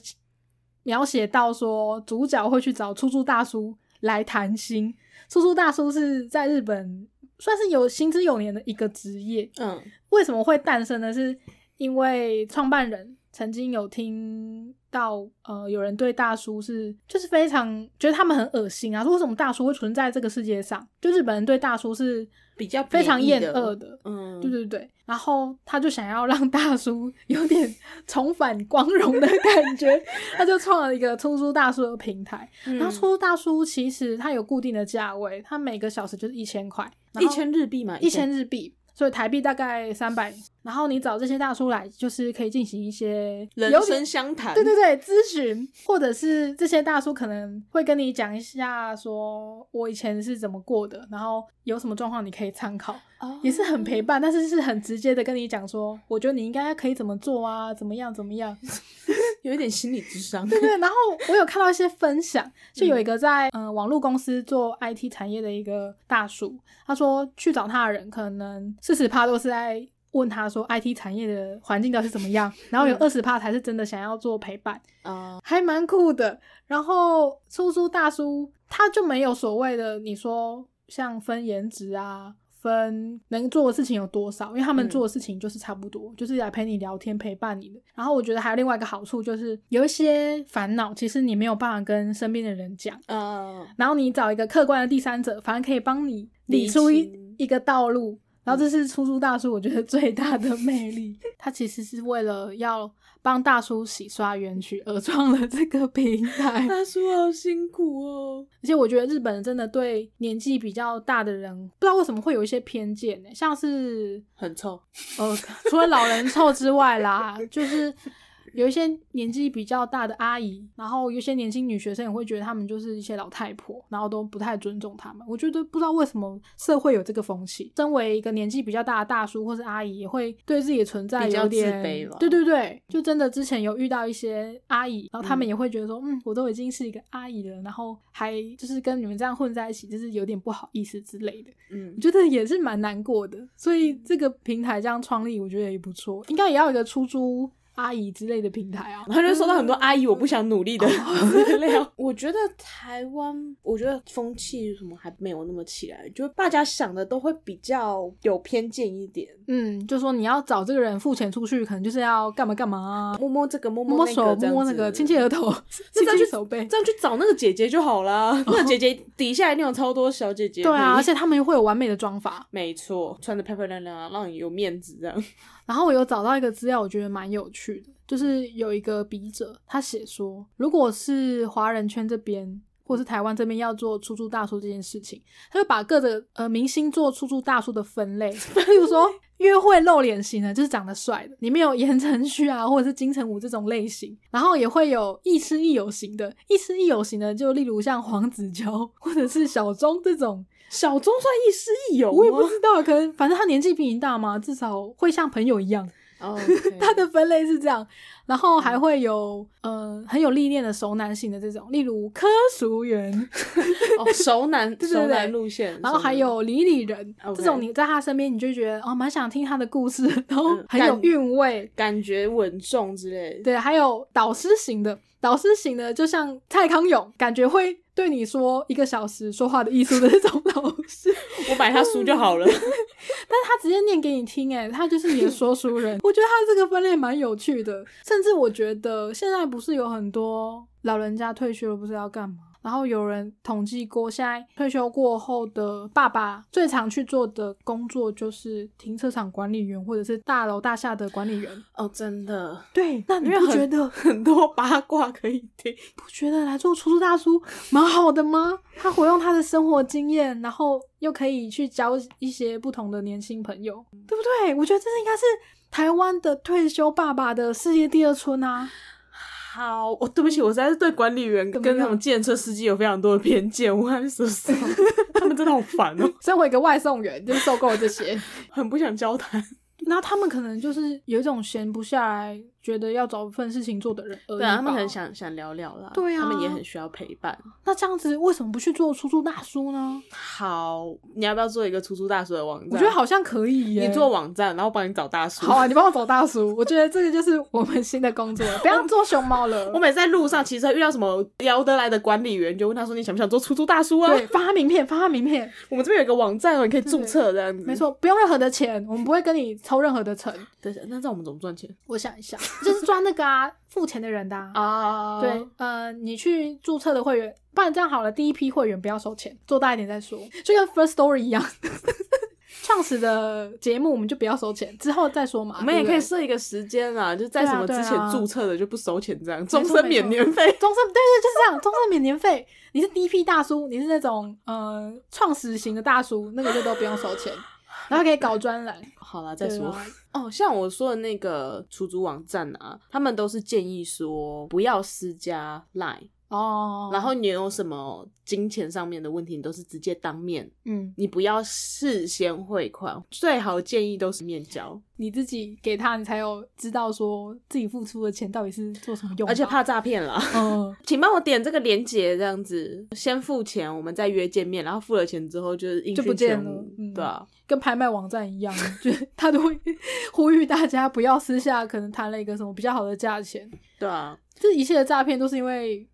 [SPEAKER 1] 描写到说，主角会去找出租大叔来谈心。出租大叔是在日本算是有行之有年的一个职业。
[SPEAKER 2] 嗯
[SPEAKER 1] 为什么会诞生呢？是因为创办人曾经有听到，呃，有人对大叔是就是非常觉得他们很恶心啊，说为什么大叔会存在这个世界上？就日本人对大叔是
[SPEAKER 2] 比较
[SPEAKER 1] 非常厌
[SPEAKER 2] 贬义的
[SPEAKER 1] 恶的，
[SPEAKER 2] 嗯，
[SPEAKER 1] 对对对，然后他就想要让大叔 *laughs* 有点重返光荣的感觉，他就创了一个出租大叔的平台。
[SPEAKER 2] 嗯
[SPEAKER 1] 然后出租大叔其实它有固定的价位，它每个小时就是一千块，然
[SPEAKER 2] 嗯一
[SPEAKER 1] 后
[SPEAKER 2] 千日币嘛，
[SPEAKER 1] 一千日币，所以台币大概三百。然后你找这些大叔来，就是可以进行一些
[SPEAKER 2] 人
[SPEAKER 1] 有点
[SPEAKER 2] 生相谈，
[SPEAKER 1] 对对对，咨询或者是这些大叔可能会跟你讲一下，说我以前是怎么过的，然后有什么状况你可以参考。
[SPEAKER 2] 哦
[SPEAKER 1] 也是很陪伴，但是是很直接的跟你讲说，我觉得你应该可以怎么做啊，怎么样怎么样，
[SPEAKER 2] 有一点心理智商，
[SPEAKER 1] 对对。然后我有看到一些分享，就有一个在嗯、呃网络公司做 IT 产业的一个大叔，他说去找他的人可能四十趴都是在问他说 IT 产业的环境到底是怎么样，然后有
[SPEAKER 2] 嗯
[SPEAKER 1] 二十趴才是真的想要做陪伴。
[SPEAKER 2] 啊，
[SPEAKER 1] 还蛮酷的。然后出租大叔他就没有所谓的你说像分颜值啊，分能做的事情有多少，因为他们
[SPEAKER 2] 嗯
[SPEAKER 1] 做的事情就是差不多，就是来陪你聊天、陪伴你的。然后我觉得还有另外一个好处就是，有一些烦恼其实你没有办法跟身边的人讲，
[SPEAKER 2] 嗯，
[SPEAKER 1] 然后你找一个客观的第三者，反而可以帮你理出
[SPEAKER 2] 理
[SPEAKER 1] 一
[SPEAKER 2] 清嗯
[SPEAKER 1] 一个道路。然后这是出租大叔，我觉得最大的魅力，他其实是为了要帮大叔洗刷冤屈而创了这个平台。*laughs*
[SPEAKER 2] 嗯大叔好辛苦哦，
[SPEAKER 1] 而且我觉得日本人真的对年纪比较大的人，不知道为什么会有一些偏见呢、像是
[SPEAKER 2] 很臭，
[SPEAKER 1] 呃，除了老人臭之外啦，就是有一些年纪比较大的阿姨，然后有一些年轻女学生也会觉得她们就是一些老太婆，然后都不太尊重她们。我觉得不知道为什么社会有这个风气，身为一个年纪比较大的大叔或是阿姨，也会对自己的存在
[SPEAKER 2] 比较
[SPEAKER 1] 有点
[SPEAKER 2] 自卑吧
[SPEAKER 1] 对对对，就真的之前有遇到一些阿姨，然后她们
[SPEAKER 2] 嗯
[SPEAKER 1] 也会觉得说，嗯我都已经是一个阿姨了，然后还就是跟你们这样混在一起，就是有点不好意思之类的。
[SPEAKER 2] 嗯
[SPEAKER 1] 我，觉得也是蛮难过的，所以这个平台这样创立，我觉得也不错，应该也要有一个出租阿姨之类的平台啊。
[SPEAKER 2] 他就收到很多阿姨我不想努力的
[SPEAKER 1] *laughs*
[SPEAKER 2] 资料。嗯哦我觉得台湾，我觉得风气什么还没有那么起来，就是大家想的都会比较有偏见一点，
[SPEAKER 1] 嗯，就说你要找这个人付钱出去，可能就是要干嘛干嘛啊，
[SPEAKER 2] 摸摸这个，摸
[SPEAKER 1] 摸摸
[SPEAKER 2] 那
[SPEAKER 1] 手，
[SPEAKER 2] 个，这
[SPEAKER 1] 摸
[SPEAKER 2] 样
[SPEAKER 1] 摸那
[SPEAKER 2] 子
[SPEAKER 1] 个，亲亲额 *laughs* 头，亲
[SPEAKER 2] 这样
[SPEAKER 1] 亲
[SPEAKER 2] 就
[SPEAKER 1] 手背。
[SPEAKER 2] 这样去找那个姐姐就
[SPEAKER 1] *laughs*
[SPEAKER 2] 好啦。那个姐姐底下一定有超多小姐姐，
[SPEAKER 1] 对啊，而且他们又会有完美的妆法。
[SPEAKER 2] 没错，穿的漂漂亮亮啊，让你有面子这样。
[SPEAKER 1] 然后我有找到一个资料，我觉得蛮有趣的，就是有一个笔者他写说，如果是华人圈这边。或是台湾这边要做出 *laughs* 租大叔这件事情，他就把各个呃明星做出租大叔的分类，例如说约会露脸型呢，就是长得帅的，里面有言承旭啊，或者是金城武这种类型，然后也会有亦师亦友型的，亦师亦友型的，就例如像黄子佼或者是小钟这种。小钟算亦师亦啊友吗，我也不知道，可能反正他年纪比你大嘛，至少会像朋友一样。
[SPEAKER 2] *laughs* 哦，
[SPEAKER 1] 它的分类是这样，然后还会有嗯、呃、很有历练的熟男型的这种，例如柯淑媛，
[SPEAKER 2] 哦熟男
[SPEAKER 1] *laughs* 对对
[SPEAKER 2] 熟
[SPEAKER 1] 对
[SPEAKER 2] 男路线，
[SPEAKER 1] 然后还有李李仁
[SPEAKER 2] OK
[SPEAKER 1] 这种，你在他身边你就觉得哦蛮想听他的故事，然后
[SPEAKER 2] 嗯
[SPEAKER 1] 很有
[SPEAKER 2] 干
[SPEAKER 1] 韵味。
[SPEAKER 2] 感觉稳重之类的。
[SPEAKER 1] 对，还有导师型的，导师型的就像蔡康永，感觉会对你说一个小时说话的艺术的这种 *laughs* 老师，
[SPEAKER 2] 我买他书就好
[SPEAKER 1] *laughs*
[SPEAKER 2] 了。
[SPEAKER 1] 但是他直接念给你听，哎，他就是你的说书
[SPEAKER 2] *laughs*
[SPEAKER 1] 人。我觉得他这个分类蛮有趣的，甚至我觉得现在不是有很多老人家退休了不知道干嘛，然后有人统计过，现在退休过后的爸爸最常去做的工作就是停车场管理员或者是大楼大厦的管理员。
[SPEAKER 2] 哦，真的 *laughs*
[SPEAKER 1] 对，那你
[SPEAKER 2] 因为
[SPEAKER 1] 不
[SPEAKER 2] 很
[SPEAKER 1] 觉得
[SPEAKER 2] 很多八卦可以听。
[SPEAKER 1] 不觉得来做出租大叔 *laughs* 蛮好的吗？他活用他的生活经验，然后又可以去交一些不同的年轻朋友，对不对？我觉得这应该是台湾的退休爸爸的世界第二春啊！
[SPEAKER 2] 好，我、对不起，我实在是对管理员
[SPEAKER 1] 怎么
[SPEAKER 2] 跟
[SPEAKER 1] 样
[SPEAKER 2] 那种建车司机有非常多的偏见，我还是说实话 *laughs* 他们真的好烦哦，
[SPEAKER 1] 身为一个外送员，就受够了这些。
[SPEAKER 2] *laughs* 很不想交谈。
[SPEAKER 1] *laughs* 那他们可能就是有一种闲不下来，觉得要找份事情做的人而已吧。
[SPEAKER 2] 对啊，他们很想想聊聊啦，
[SPEAKER 1] 对啊
[SPEAKER 2] 他们也很需要陪伴。
[SPEAKER 1] 那这样子，为什么不去做出租大叔呢？
[SPEAKER 2] 好，你要不要做一个出租大叔的网站？
[SPEAKER 1] 我觉得，好像可以耶。
[SPEAKER 2] 你做网站，然后帮你找大
[SPEAKER 1] *laughs*
[SPEAKER 2] 叔。
[SPEAKER 1] 好啊，你帮我找大叔。我觉得这个就是我们新的工作了，不要做熊猫了。
[SPEAKER 2] 我每次在路上骑车遇到什么聊得来的管理员，就问他说：“你想不想做出租大叔啊？”
[SPEAKER 1] 对， *laughs* 发他名片，发他名片，
[SPEAKER 2] 我们这边有一个网站哦，你可以注册这样子。
[SPEAKER 1] 没，错，不用任何的钱，我们不会跟你抽任何的成。
[SPEAKER 2] 对，那这样我们怎么赚钱
[SPEAKER 1] *laughs* 我想一下，就是赚那个啊， *laughs* 付钱的人的啊。
[SPEAKER 2] 啊
[SPEAKER 1] 对，呃，你去注册的会员，不然这样好了，第一批会员不要收钱，做大一点再说，就跟 First Story 一样。 *laughs* 创始的节目我们就不要收钱，之后再说嘛。
[SPEAKER 2] 我们也
[SPEAKER 1] 啊对
[SPEAKER 2] 可以
[SPEAKER 1] 不对
[SPEAKER 2] 设一个时间啊，就在
[SPEAKER 1] 对啊
[SPEAKER 2] 什么之
[SPEAKER 1] 对啊
[SPEAKER 2] 前注册的就不收钱，这样
[SPEAKER 1] 错
[SPEAKER 2] 终身免年费。
[SPEAKER 1] 终身对对就是这样，终身免年费。你是第一批大叔，你是那种呃创始型的大叔，那个就都不用收钱，然后可以搞专栏。
[SPEAKER 2] 好 *laughs* 啦，再
[SPEAKER 1] 对
[SPEAKER 2] 说
[SPEAKER 1] 吧。
[SPEAKER 2] 哦，像我说的那个出租网站啊，他们都是建议说不要私加 Line，、
[SPEAKER 1] *laughs* 哦，
[SPEAKER 2] 然后你有什么金钱上面的问题，你都是直接当面，
[SPEAKER 1] 嗯，
[SPEAKER 2] 你不要事先汇款，最好建议都是面交，
[SPEAKER 1] 你自己给他，你才有知道说自己付出的钱到底是做什么用吧，
[SPEAKER 2] 而且怕诈骗啦。 *laughs*
[SPEAKER 1] 嗯，
[SPEAKER 2] 请帮我点这个链接，这样子先付钱，我们再约见面，然后付了钱之后就是音
[SPEAKER 1] 就不
[SPEAKER 2] 讯
[SPEAKER 1] 见
[SPEAKER 2] 全
[SPEAKER 1] 了
[SPEAKER 2] 无
[SPEAKER 1] 嗯
[SPEAKER 2] 对啊。
[SPEAKER 1] 跟拍卖网站一样，就是他都会 *laughs* 呼吁大家不要私下可能谈了一个什么比较好的价钱，
[SPEAKER 2] 对啊，
[SPEAKER 1] 这一切的诈骗都是因为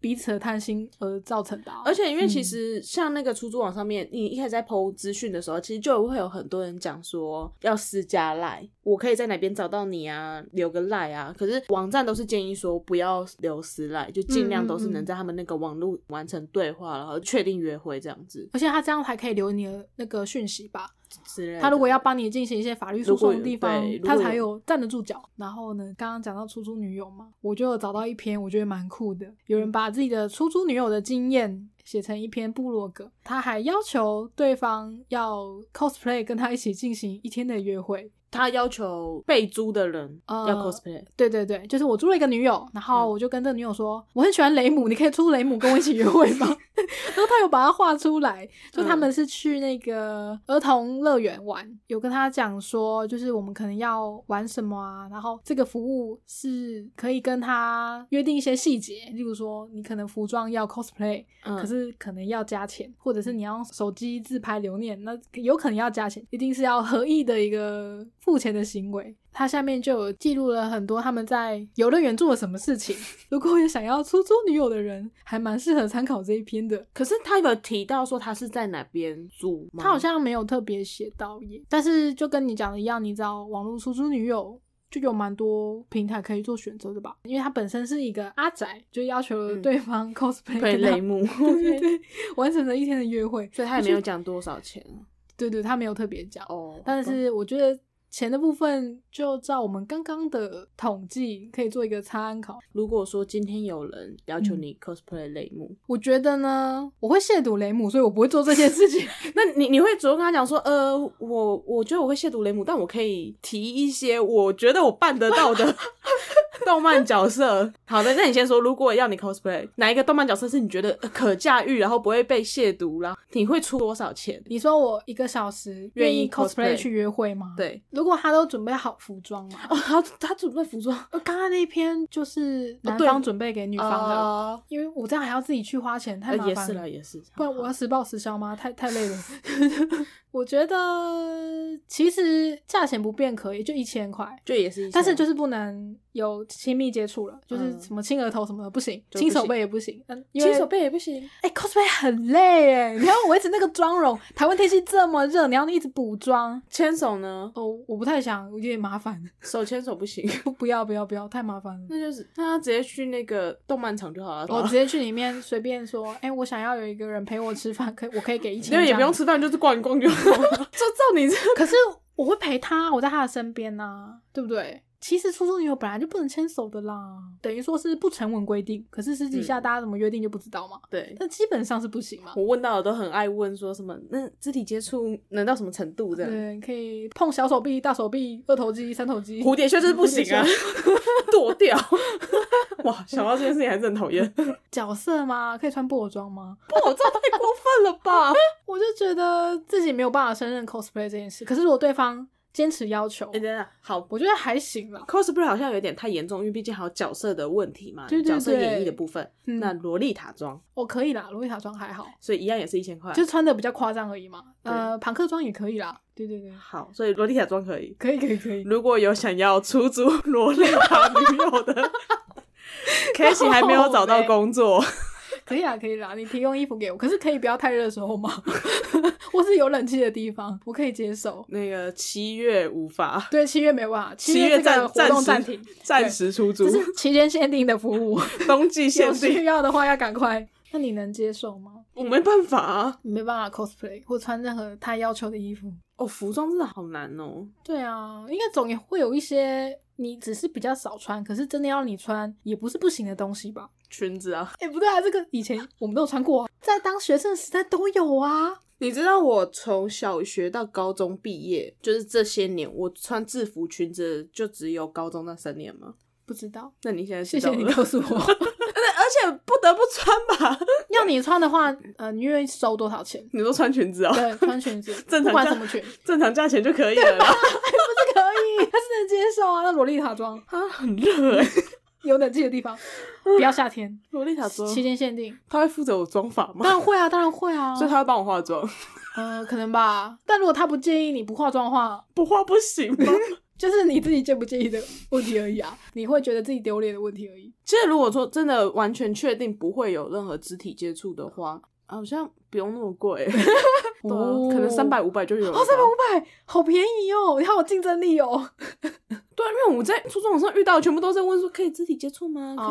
[SPEAKER 1] 彼此的贪心而造成的啊、
[SPEAKER 2] 而且因为其
[SPEAKER 1] 嗯
[SPEAKER 2] 实像那个出租网上面，你一开始在 PO 资讯的时候，其实就会有很多人讲说要私加赖，我可以在哪边找到你啊，留个赖啊。可是网站都是建议说不要留私赖，就尽量都是
[SPEAKER 1] 嗯嗯
[SPEAKER 2] 能
[SPEAKER 1] 嗯
[SPEAKER 2] 在他们那个网络完成对话，然后确定约会这样子
[SPEAKER 1] 而且他这样才可以留你的那个讯息吧？
[SPEAKER 2] 之类的。
[SPEAKER 1] 他如果要帮你进行一些法律诉讼的地
[SPEAKER 2] 如
[SPEAKER 1] 方
[SPEAKER 2] 果有对，
[SPEAKER 1] 他
[SPEAKER 2] 如果有
[SPEAKER 1] 才有站得住脚。然后呢，刚刚讲到出租女友嘛，我就有找到一篇我觉得蛮酷的，有
[SPEAKER 2] 嗯
[SPEAKER 1] 人把自己的出租女友的经验写成一篇部落格，他还要求对方要 cosplay 跟他一起进行一天的约会。
[SPEAKER 2] 他要求被租的人
[SPEAKER 1] 呃
[SPEAKER 2] 要 cosplay，、
[SPEAKER 1] 对对对，就是我租了一个女友，然后我就跟这个女友说，我很喜欢雷姆，你可以出雷姆跟我一起约会吗？ *laughs* 然后他有把它画出来，就他们是去那个儿童乐园玩，有跟他讲说，就是我们可能要玩什么啊，然后这个服务是可以跟他约定一些细节，例如说你可能服装要 cosplay，
[SPEAKER 2] 嗯，
[SPEAKER 1] 可是可能要加钱，或者是你要用手机自拍留念，那有可能要加钱，一定是要合意的一个付钱的行为。它下面就有记录了很多他们在游乐园做了什么事
[SPEAKER 2] *laughs*
[SPEAKER 1] 情。如果有想要出租女友的人，还蛮适合参考这一篇的。
[SPEAKER 2] 可是他有提到说他是在哪边租吗？
[SPEAKER 1] 他好像没有特别写到耶，但是就跟你讲的一样，你找网络出租女友。就有蛮多平台可以做选择的吧，因为他本身是一个阿宅，就要求了
[SPEAKER 2] 嗯
[SPEAKER 1] 对方 cosplay
[SPEAKER 2] 被
[SPEAKER 1] 跟他
[SPEAKER 2] 雷姆， *laughs*
[SPEAKER 1] 对对对，完成了一天的约会，
[SPEAKER 2] 所以他也没有讲多少钱
[SPEAKER 1] 对对，他没有特别讲。
[SPEAKER 2] 哦，
[SPEAKER 1] 但是我觉得钱的部分就照我们刚刚的统计，可以做一个参考。
[SPEAKER 2] 如果说今天有人要求你 cosplay 类目，
[SPEAKER 1] 我觉得呢，我会亵渎雷姆，所以我不会做这些事
[SPEAKER 2] *laughs*
[SPEAKER 1] 情。
[SPEAKER 2] 那你你会主动跟他讲说，呃，我我觉得我会亵渎雷姆，但我可以提一些我觉得我办得到 *laughs* 的动漫角色。好的，那你先说，如果要你 cosplay 哪一个动漫角色是你觉得呃可驾驭，然后不会被亵渎，然后你会出多少钱？
[SPEAKER 1] 你说我一个小时愿
[SPEAKER 2] 愿
[SPEAKER 1] 意
[SPEAKER 2] 意
[SPEAKER 1] cosplay
[SPEAKER 2] cosplay
[SPEAKER 1] 去约会吗？，
[SPEAKER 2] 对，
[SPEAKER 1] 如果他都准备好服装了。
[SPEAKER 2] 哦，他他准备服装，
[SPEAKER 1] 呃刚刚那一篇就是男
[SPEAKER 2] 哦对
[SPEAKER 1] 方准备给女方的，
[SPEAKER 2] 哦
[SPEAKER 1] 因为我这样还要自己去花钱，太
[SPEAKER 2] 呃
[SPEAKER 1] 麻
[SPEAKER 2] 也
[SPEAKER 1] 烦
[SPEAKER 2] 是了，也是。
[SPEAKER 1] 不然我要实报实销吗？太太累
[SPEAKER 2] *laughs*
[SPEAKER 1] 了。我觉得其实价钱不变可以，就一千块，
[SPEAKER 2] 就也是一千，
[SPEAKER 1] 但是就是不能有亲密接触了，就是
[SPEAKER 2] 嗯
[SPEAKER 1] 什么亲额头什么的不行，
[SPEAKER 2] 就不
[SPEAKER 1] 亲
[SPEAKER 2] 行
[SPEAKER 1] 手背也不行。嗯，因为
[SPEAKER 2] 亲手背也不行。
[SPEAKER 1] 哎、c o s p l a y 很累哎，你要维持那个妆容，台湾天气这么热，你要一直补妆。
[SPEAKER 2] 牵手呢？
[SPEAKER 1] 哦，我不太想，有点麻
[SPEAKER 2] *laughs*
[SPEAKER 1] 烦。
[SPEAKER 2] 手牵手不行，
[SPEAKER 1] 不，不要，不要，不要，太麻烦了。
[SPEAKER 2] 那就是那他直接去那个动漫场就好了。
[SPEAKER 1] 哦我直接去里面随便说，哎、我想要有一个人陪我吃饭，可以我可以给一千，
[SPEAKER 2] 因为也不用。吃饭，就是逛一逛就好了。 *laughs* 就
[SPEAKER 1] *laughs*
[SPEAKER 2] 照你这
[SPEAKER 1] 可是我会陪他，我在他的身边呐、对不对？其实初中女友本来就不能牵手的啦，等于说是不成文规定。可是私底下
[SPEAKER 2] 嗯
[SPEAKER 1] 大家怎么约定就不知道嘛，
[SPEAKER 2] 对。
[SPEAKER 1] 但基本上是不行嘛。
[SPEAKER 2] 我问到的都很爱问说什么，那肢体接触能到什么程度这样？
[SPEAKER 1] 对，可以碰小手臂、大手臂、二头肌、三头肌。
[SPEAKER 2] 蝴蝶袖就是不行啊
[SPEAKER 1] 蝴，
[SPEAKER 2] *laughs* 剁掉！哇，想到这件事情还是很讨厌， *laughs*
[SPEAKER 1] 角色吗？可以穿布偶装吗？
[SPEAKER 2] 哇，这太过分了
[SPEAKER 1] *laughs*
[SPEAKER 2] 吧？哎
[SPEAKER 1] 我就觉得自己没有办法胜任 cosplay 这件事。可是如果对方坚持要求
[SPEAKER 2] 哎，，等等，好
[SPEAKER 1] 我觉得还行啦。
[SPEAKER 2] ，cosplay 好像有点太严重，因为毕竟还有角色的问题嘛，
[SPEAKER 1] 对对
[SPEAKER 2] 角色
[SPEAKER 1] 对
[SPEAKER 2] 演绎的部分。
[SPEAKER 1] 嗯
[SPEAKER 2] 那洛丽塔装，
[SPEAKER 1] 我可以啦，洛丽塔装还好，
[SPEAKER 2] 所以一样也是一千块，
[SPEAKER 1] 就是穿的比较夸张而已嘛。
[SPEAKER 2] 对
[SPEAKER 1] 呃，朋克装也可以啦。对对对，
[SPEAKER 2] 好，所以洛丽塔装可以。
[SPEAKER 1] 可以可以可以。
[SPEAKER 2] 如果有想要出租洛丽塔女友的
[SPEAKER 1] *laughs*
[SPEAKER 2] ，Casey 还没有找到工
[SPEAKER 1] 哦
[SPEAKER 2] 作，
[SPEAKER 1] 可以啦，可以啦，你提供衣服给我，可是可以不要太热的时候吗？ *laughs* 或是有冷气的地方，我可以接受。
[SPEAKER 2] 那个七月无法，
[SPEAKER 1] 对，七月没办法，
[SPEAKER 2] 七月
[SPEAKER 1] 这个
[SPEAKER 2] 暂
[SPEAKER 1] 活动
[SPEAKER 2] 暂
[SPEAKER 1] 暂
[SPEAKER 2] 时
[SPEAKER 1] 停，
[SPEAKER 2] 暂时出租
[SPEAKER 1] 这，是期间限定的服务，
[SPEAKER 2] *laughs* 冬季限
[SPEAKER 1] *laughs* 有
[SPEAKER 2] 定
[SPEAKER 1] 需，要的话要赶快。那你能接受吗？
[SPEAKER 2] 我没办法啊。
[SPEAKER 1] 你没办法 cosplay 或穿任何他要求的衣服。
[SPEAKER 2] 哦，服装真的好难哦。
[SPEAKER 1] 对啊，应该总也会有一些你只是比较少穿，可是真的要你穿也不是不行的东西吧？
[SPEAKER 2] 裙子啊，
[SPEAKER 1] 哎、不对啊，这个以前我们都有穿过、啊，在当学生时代都有啊。
[SPEAKER 2] 你知道我从小学到高中毕业，就是这些年，我穿制服裙子就只有高中那三年吗？
[SPEAKER 1] 不知道，
[SPEAKER 2] 那你现在
[SPEAKER 1] 谢
[SPEAKER 2] 知
[SPEAKER 1] 谢
[SPEAKER 2] 道
[SPEAKER 1] 你
[SPEAKER 2] 了，
[SPEAKER 1] 告诉我。
[SPEAKER 2] *laughs* 而且不得不穿吧？？
[SPEAKER 1] *laughs* 要你穿的话，呃，你愿意收多少钱
[SPEAKER 2] 你说穿裙子哦，
[SPEAKER 1] 对，穿裙子，
[SPEAKER 2] *laughs* 正常
[SPEAKER 1] 不管
[SPEAKER 2] 价
[SPEAKER 1] 什么裙，
[SPEAKER 2] 正常价钱就可以了
[SPEAKER 1] *laughs*
[SPEAKER 2] 啦。
[SPEAKER 1] 这可以，他是能接受啊。那洛丽塔装
[SPEAKER 2] *laughs* 啊，很热哎、
[SPEAKER 1] 有冷气的地 *laughs* 方，不要夏天，
[SPEAKER 2] 洛丽塔妆，
[SPEAKER 1] 期间限定。
[SPEAKER 2] 他会负责我妆法吗
[SPEAKER 1] *laughs* 当？然会啊，当然会啊。
[SPEAKER 2] 所以他会帮我化妆，
[SPEAKER 1] 呃，可能吧。但如果他不介意你不化妆的话，
[SPEAKER 2] 不化不行吗？
[SPEAKER 1] 就是你自己介不介意的问题而已啊，你会觉得自己丢脸的问题而已。
[SPEAKER 2] *laughs* 其实如果说真的完全确定不会有任何肢体接触的话，好像不用那么贵、对啊可能三百五百就有了吧。
[SPEAKER 1] 哦，三百五百，好便宜哦！你看我竞争力哦。
[SPEAKER 2] 对啊，因为我们在初中的时候遇到，全部都在问说可以肢体接触吗？
[SPEAKER 1] 哦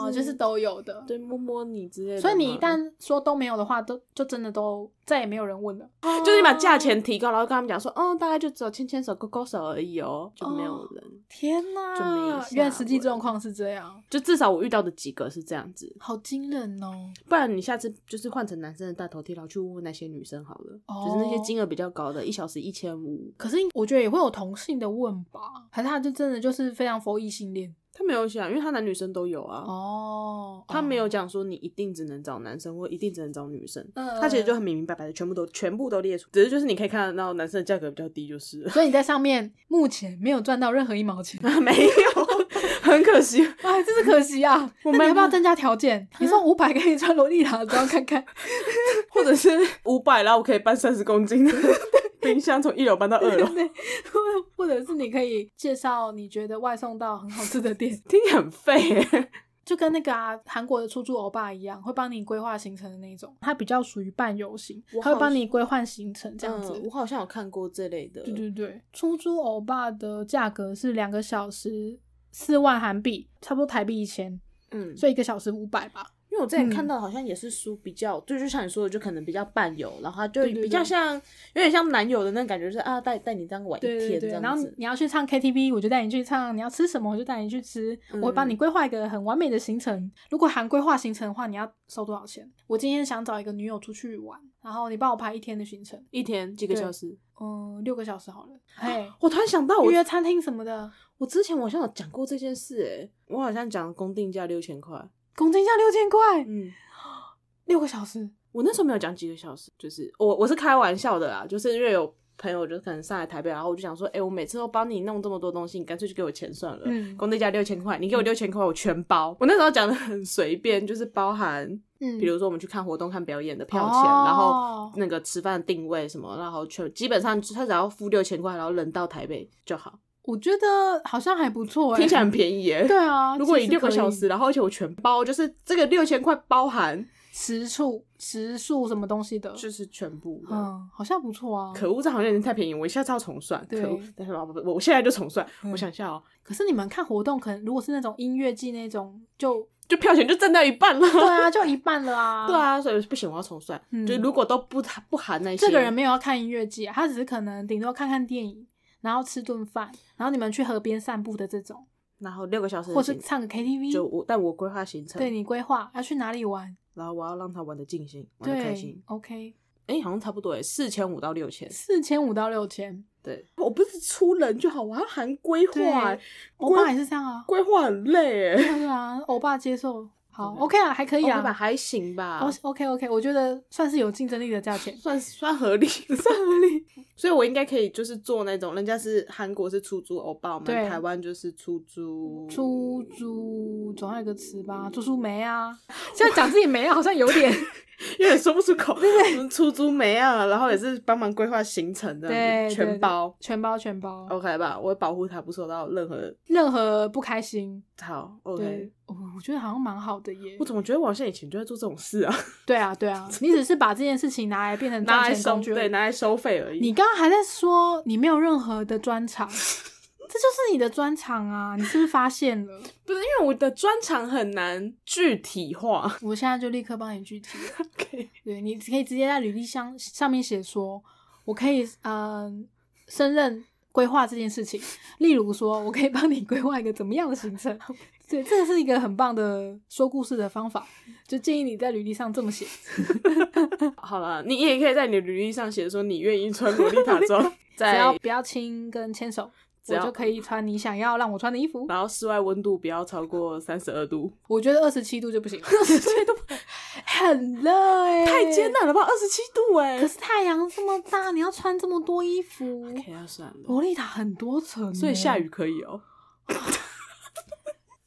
[SPEAKER 2] 嗯可以，
[SPEAKER 1] 就是都有的。
[SPEAKER 2] 对摸摸你之类的吗。
[SPEAKER 1] 所以你一旦说都没有的话，都就真的都再也没有人问了。
[SPEAKER 2] 哦就是你把价钱提高，然后跟他们讲说，哦，大概就只有牵牵手、勾勾手而已哦，就没有人。
[SPEAKER 1] 天
[SPEAKER 2] 就
[SPEAKER 1] 呐
[SPEAKER 2] 没，下
[SPEAKER 1] 原来实际
[SPEAKER 2] 文
[SPEAKER 1] 状况是这样，
[SPEAKER 2] 就至少我遇到的几个是这样子，
[SPEAKER 1] 好惊人哦！
[SPEAKER 2] 不然你下次就是换成男生的大头贴，然后去问问那些女生好了，
[SPEAKER 1] 哦
[SPEAKER 2] 就是那些金额比较高的，一小时一千五。
[SPEAKER 1] 可是我觉得也会有同性的问吧，还是他就真的就是非常佛异性恋
[SPEAKER 2] 他没有想，因为他男女生都有啊，
[SPEAKER 1] 哦，
[SPEAKER 2] 他没有讲说你一定只能找男生或一定只能找女生，
[SPEAKER 1] 嗯，嗯
[SPEAKER 2] 他其实就很明明白白的全部都全部都列出，只是就是你可以看得到男生的价格比较低就是 *laughs* 了。
[SPEAKER 1] 呃所以你在上面目前没有赚到任何一毛钱，
[SPEAKER 2] 啊，没有， *laughs* 很可惜。
[SPEAKER 1] 哎， *laughs* 真是可惜啊！那
[SPEAKER 2] 我
[SPEAKER 1] 你
[SPEAKER 2] 们
[SPEAKER 1] 要不 *laughs* 要增加条件？你说五百可以穿洛丽塔装看 *laughs* 看，
[SPEAKER 2] 或者是五百，然后我可以搬三十公 *laughs* 斤的冰箱，从一楼搬到二楼，
[SPEAKER 1] *laughs* 或者是你可以介绍你觉得外送到很好吃的店，
[SPEAKER 2] 听起来很废、欸。
[SPEAKER 1] *laughs* 就跟那个啊韩国的出租欧巴一样，会帮你规划行程的那种，它比较属于半游行
[SPEAKER 2] 我，
[SPEAKER 1] 它会
[SPEAKER 2] 好
[SPEAKER 1] 帮
[SPEAKER 2] 像
[SPEAKER 1] 你规划行程这样子。
[SPEAKER 2] 嗯我好像有看过这类的。
[SPEAKER 1] 对对对，出租欧巴的价格是两个小时四万韩币，差不多台币一千，
[SPEAKER 2] 嗯，
[SPEAKER 1] 所以一个小时五百吧。
[SPEAKER 2] 因为为我之前
[SPEAKER 1] 嗯
[SPEAKER 2] 看到的好像也是书比较，就就像你说的，就可能比较伴游，然后他就
[SPEAKER 1] 对对
[SPEAKER 2] 比较
[SPEAKER 1] 对
[SPEAKER 2] 像有点像男友的那种感觉，就是啊带带你这样玩一
[SPEAKER 1] 对对
[SPEAKER 2] 天这
[SPEAKER 1] 对，然
[SPEAKER 2] 样
[SPEAKER 1] 后
[SPEAKER 2] 子。
[SPEAKER 1] 你要去唱 KTV，我就带你去唱；你要吃什么，我就带你去吃。我会帮
[SPEAKER 2] 嗯
[SPEAKER 1] 你规划一个很完美的行程。如果含规划行程的话，你要收多少钱？我今天想找一个女友出去玩，然后你帮我排一天的行程，
[SPEAKER 3] 一天几个
[SPEAKER 1] 对
[SPEAKER 3] 小时，
[SPEAKER 1] 嗯，六个小时好了。嘿，
[SPEAKER 2] 我突然想到啊我，
[SPEAKER 1] 预
[SPEAKER 2] 我
[SPEAKER 1] 约餐厅什么的，
[SPEAKER 2] 之前我好像有讲过这件事、欸，我好像讲公定价六千块，
[SPEAKER 1] 公斤价六千块，
[SPEAKER 2] 嗯，
[SPEAKER 1] 六个小时。
[SPEAKER 2] 我那时候没有讲几个小时，就是我我是开玩笑的啦，就是因为有朋友就可能上来台北，然后我就想说，哎、我每次都帮你弄这么多东西，你干脆就给我钱算了，
[SPEAKER 1] 嗯
[SPEAKER 2] 工地价六千块，你给我六千块，我全包。我那时候讲的很随便，就是包含
[SPEAKER 1] 嗯
[SPEAKER 2] 比如说我们去看活动、看表演的票钱，
[SPEAKER 1] 哦
[SPEAKER 2] 然后那个吃饭的定位什么，然后全基本上他只要付六千块，然后人到台北就好，
[SPEAKER 1] 我觉得好像还不错、欸，
[SPEAKER 2] 听起来很便宜耶、
[SPEAKER 1] 对啊，
[SPEAKER 2] 如果
[SPEAKER 1] 其
[SPEAKER 2] 以
[SPEAKER 1] 实
[SPEAKER 2] 六个
[SPEAKER 1] 可以
[SPEAKER 2] 小时，然后而且我全包，就是这个六千块包含
[SPEAKER 1] 时速、时速什么东西的，
[SPEAKER 2] 就是全部的。
[SPEAKER 1] 嗯，好像不错啊。
[SPEAKER 2] 可恶，这好像有点太便宜，我一下子要重算。可
[SPEAKER 1] 对嗯
[SPEAKER 2] 恶，但是我我我现在就重算，我想一下哦，
[SPEAKER 1] 可是你们看活动，可能如果是那种音乐季那种，就
[SPEAKER 2] 就票钱就占到一半了。
[SPEAKER 1] 对啊，就一半了啊。
[SPEAKER 2] *laughs* 对，啊，所以不行，我要重算。
[SPEAKER 1] 嗯
[SPEAKER 2] 就如果都不含不含那些，
[SPEAKER 1] 这个人没有要看音乐季、啊，他只是可能顶多看看电影，然后吃顿饭，然后你们去河边散步的这种，
[SPEAKER 2] 然后六个小时的
[SPEAKER 1] 或是
[SPEAKER 2] 行
[SPEAKER 1] 唱个
[SPEAKER 2] 就
[SPEAKER 1] KTV。
[SPEAKER 2] 我，但我规划行程，
[SPEAKER 1] 对你规划要去哪里玩？
[SPEAKER 2] 然后我要让他玩的尽兴，玩的开
[SPEAKER 1] 对
[SPEAKER 2] 心。
[SPEAKER 1] ，OK，
[SPEAKER 2] 哎、好像差不多哎，四千五到六千。
[SPEAKER 1] 四千五到六千，
[SPEAKER 2] 对，我不是出人就好，我要含规划欸
[SPEAKER 1] 对，欧巴也是这样啊。
[SPEAKER 2] 规划很累哎。
[SPEAKER 1] 对啊，欧巴接受好
[SPEAKER 2] OK
[SPEAKER 1] ，OK 啊，还可以
[SPEAKER 2] OK 吧，
[SPEAKER 1] 啊。
[SPEAKER 2] 还行吧。
[SPEAKER 1] O OK OK，我觉得算是有竞争力的价钱。
[SPEAKER 2] 算算合
[SPEAKER 1] *laughs*
[SPEAKER 2] 理，算合理。 *laughs* 所以我应该可以就是做那种，人家是韩国是出租欧巴，我们
[SPEAKER 1] 对嗯
[SPEAKER 2] 台湾就是出租
[SPEAKER 1] 出租总要有一个词吧，出租梅啊。 *laughs* 现在讲自己梅啊，好像有点 *laughs*
[SPEAKER 2] 有点说不出口。我们出租没啊，然后也是帮忙规划行程的，
[SPEAKER 1] 对，对
[SPEAKER 2] 全包。
[SPEAKER 1] 全包全包，
[SPEAKER 2] OK 吧，我会保护他不受到任何
[SPEAKER 1] 任何不开心。
[SPEAKER 2] 好 OK
[SPEAKER 1] 对。，我我觉得好像蛮好的耶
[SPEAKER 2] 我。怎么觉得我好像以前就在做这种事啊？
[SPEAKER 1] 对啊对
[SPEAKER 2] *laughs*
[SPEAKER 1] 啊，你只是把这件事情拿来变成
[SPEAKER 2] 拿
[SPEAKER 1] 赚
[SPEAKER 2] 来
[SPEAKER 1] 钱
[SPEAKER 2] 收
[SPEAKER 1] 工具。
[SPEAKER 2] 对，拿来收费而已。
[SPEAKER 1] 你刚刚还在说你没有任何的专长，这就是你的专长啊！你是不是发现了？
[SPEAKER 2] 不是因为我的专长很难具体化。 *laughs*
[SPEAKER 1] 我现在就立刻帮你具体了。
[SPEAKER 2] OK，
[SPEAKER 1] 对，你可以直接在履历上上面写说，我可以嗯、胜任规划这件事情。例如说，我可以帮你规划一个怎么样的行程。对，这是一个很棒的说故事的方法，就建议你在履历上这么写。
[SPEAKER 2] 好了，你也可以在你的履历上写说你愿意穿洛丽
[SPEAKER 1] *laughs*
[SPEAKER 2] 塔装，
[SPEAKER 1] 只
[SPEAKER 2] 在
[SPEAKER 1] 要不要亲跟牵手，
[SPEAKER 2] 只
[SPEAKER 1] 我
[SPEAKER 2] 要嗯
[SPEAKER 1] 就可以穿你想要让我穿的衣服。
[SPEAKER 2] 然后室外温度不要超过三十二度，
[SPEAKER 1] 我觉得二十七度就不行，二十七度 *laughs* 很热哎、
[SPEAKER 2] 太艰。难了吧？二十七度哎、
[SPEAKER 1] 可是太阳这么大，你要穿这么多衣服，
[SPEAKER 2] OK 啊，算了，
[SPEAKER 1] 洛丽塔很多层欸、
[SPEAKER 2] 所以下雨可以哦、，
[SPEAKER 1] 嗯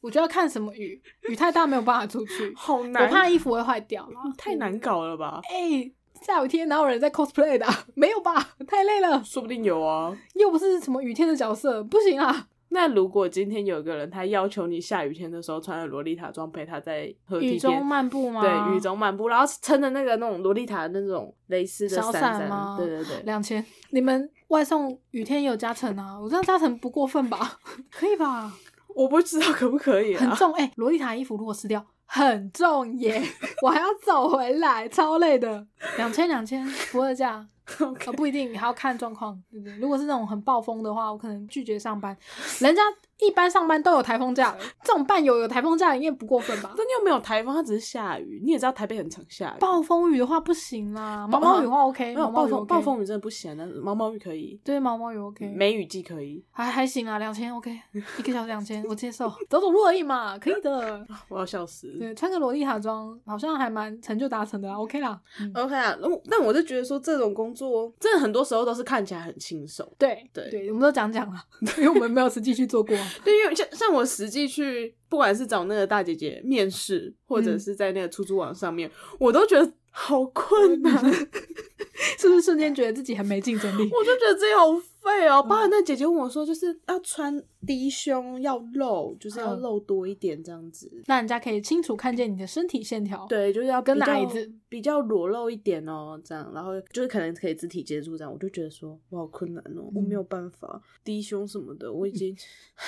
[SPEAKER 1] 我就要看什么雨，雨太大没有办法出去
[SPEAKER 2] 好难，
[SPEAKER 1] 我怕衣服会坏掉啦。
[SPEAKER 2] 太难搞了吧？
[SPEAKER 1] 哎、下雨天哪有人在 cosplay 的啊、 *laughs* 没有吧？太累了，
[SPEAKER 2] 说不定有啊。
[SPEAKER 1] 又不是什么雨天的角色，不行啊！
[SPEAKER 2] 那如果今天有个人他要求你下雨天的时候穿着洛丽塔装陪他在河
[SPEAKER 1] 雨
[SPEAKER 2] 堤
[SPEAKER 1] 中
[SPEAKER 2] 边，
[SPEAKER 1] 漫步吗？
[SPEAKER 2] 对，雨中漫步，然后撑着那个那种洛丽塔的那种蕾丝的
[SPEAKER 1] 小
[SPEAKER 2] 伞
[SPEAKER 1] 伞吗
[SPEAKER 2] 对对对，
[SPEAKER 1] 两千。你们外送雨天也有加成啊？我这样加成不过分吧？ *laughs* 可以吧？
[SPEAKER 2] 我不知道可不可以
[SPEAKER 1] 很
[SPEAKER 2] 啊？
[SPEAKER 1] 重哎、洛丽塔衣服如果湿掉很重 *laughs* 耶，我还要走回来，超累的。两千两千，不二 *laughs* 价。
[SPEAKER 2] *laughs*
[SPEAKER 1] 啊，不一定，还要看状况，对不对？如果是那种很暴风的话，我可能拒绝上 *laughs* 班。人家一般上班都有台风假了，这种伴游有台风假，你也不过分吧？
[SPEAKER 2] 但又没有台风，它只是下雨。你也知道台北很常下
[SPEAKER 1] *laughs*
[SPEAKER 2] 雨，
[SPEAKER 1] 暴风雨的话不行啦，毛毛雨的话 OK，
[SPEAKER 2] 没有
[SPEAKER 1] 毛毛
[SPEAKER 2] 暴
[SPEAKER 1] 雨
[SPEAKER 2] 风
[SPEAKER 1] OK 嗯
[SPEAKER 2] 暴风雨真的不行，但是毛毛雨可以，
[SPEAKER 1] 对毛毛雨 OK，
[SPEAKER 2] 梅雨季可以。
[SPEAKER 1] 还还行啊，两千 OK，一个小时两千，我接受，走走路而已嘛，可以 *laughs* 的。
[SPEAKER 2] 我要笑死。
[SPEAKER 1] 对，穿个洛丽塔装好像还蛮成就达成的啊，OK 啦。嗯
[SPEAKER 2] OK 啊，那我但我就觉得说这种工作真的很多时候都是看起来很轻松，
[SPEAKER 1] 对
[SPEAKER 2] 对
[SPEAKER 1] 对，我们都讲讲了， *laughs* 因为我们没有实际去做 *laughs* 过啊。
[SPEAKER 2] 对，因为像像我实际去，不管是找那个大姐姐面试，或者
[SPEAKER 1] 嗯
[SPEAKER 2] 是在那个出租网上面，我都觉得好困难，我
[SPEAKER 1] 是不是瞬间觉得自己很没竞 *laughs* 争力？
[SPEAKER 2] 就觉得自己好废哦。
[SPEAKER 1] 嗯
[SPEAKER 2] 包括那姐姐问我说，就是要穿低胸，要露，就是要
[SPEAKER 1] 嗯
[SPEAKER 2] 露多一点这样子。
[SPEAKER 1] 让人家可以清楚看见你的身体线条。
[SPEAKER 2] 对，就是要
[SPEAKER 1] 跟
[SPEAKER 2] 比较
[SPEAKER 1] 奶子
[SPEAKER 2] 比较裸露一点哦，这样，然后就是可能可以肢体接
[SPEAKER 1] 嗯
[SPEAKER 2] 触这样，我就觉得说我好困难哦，我没有办法，低胸什么的，我已经。 *sighs*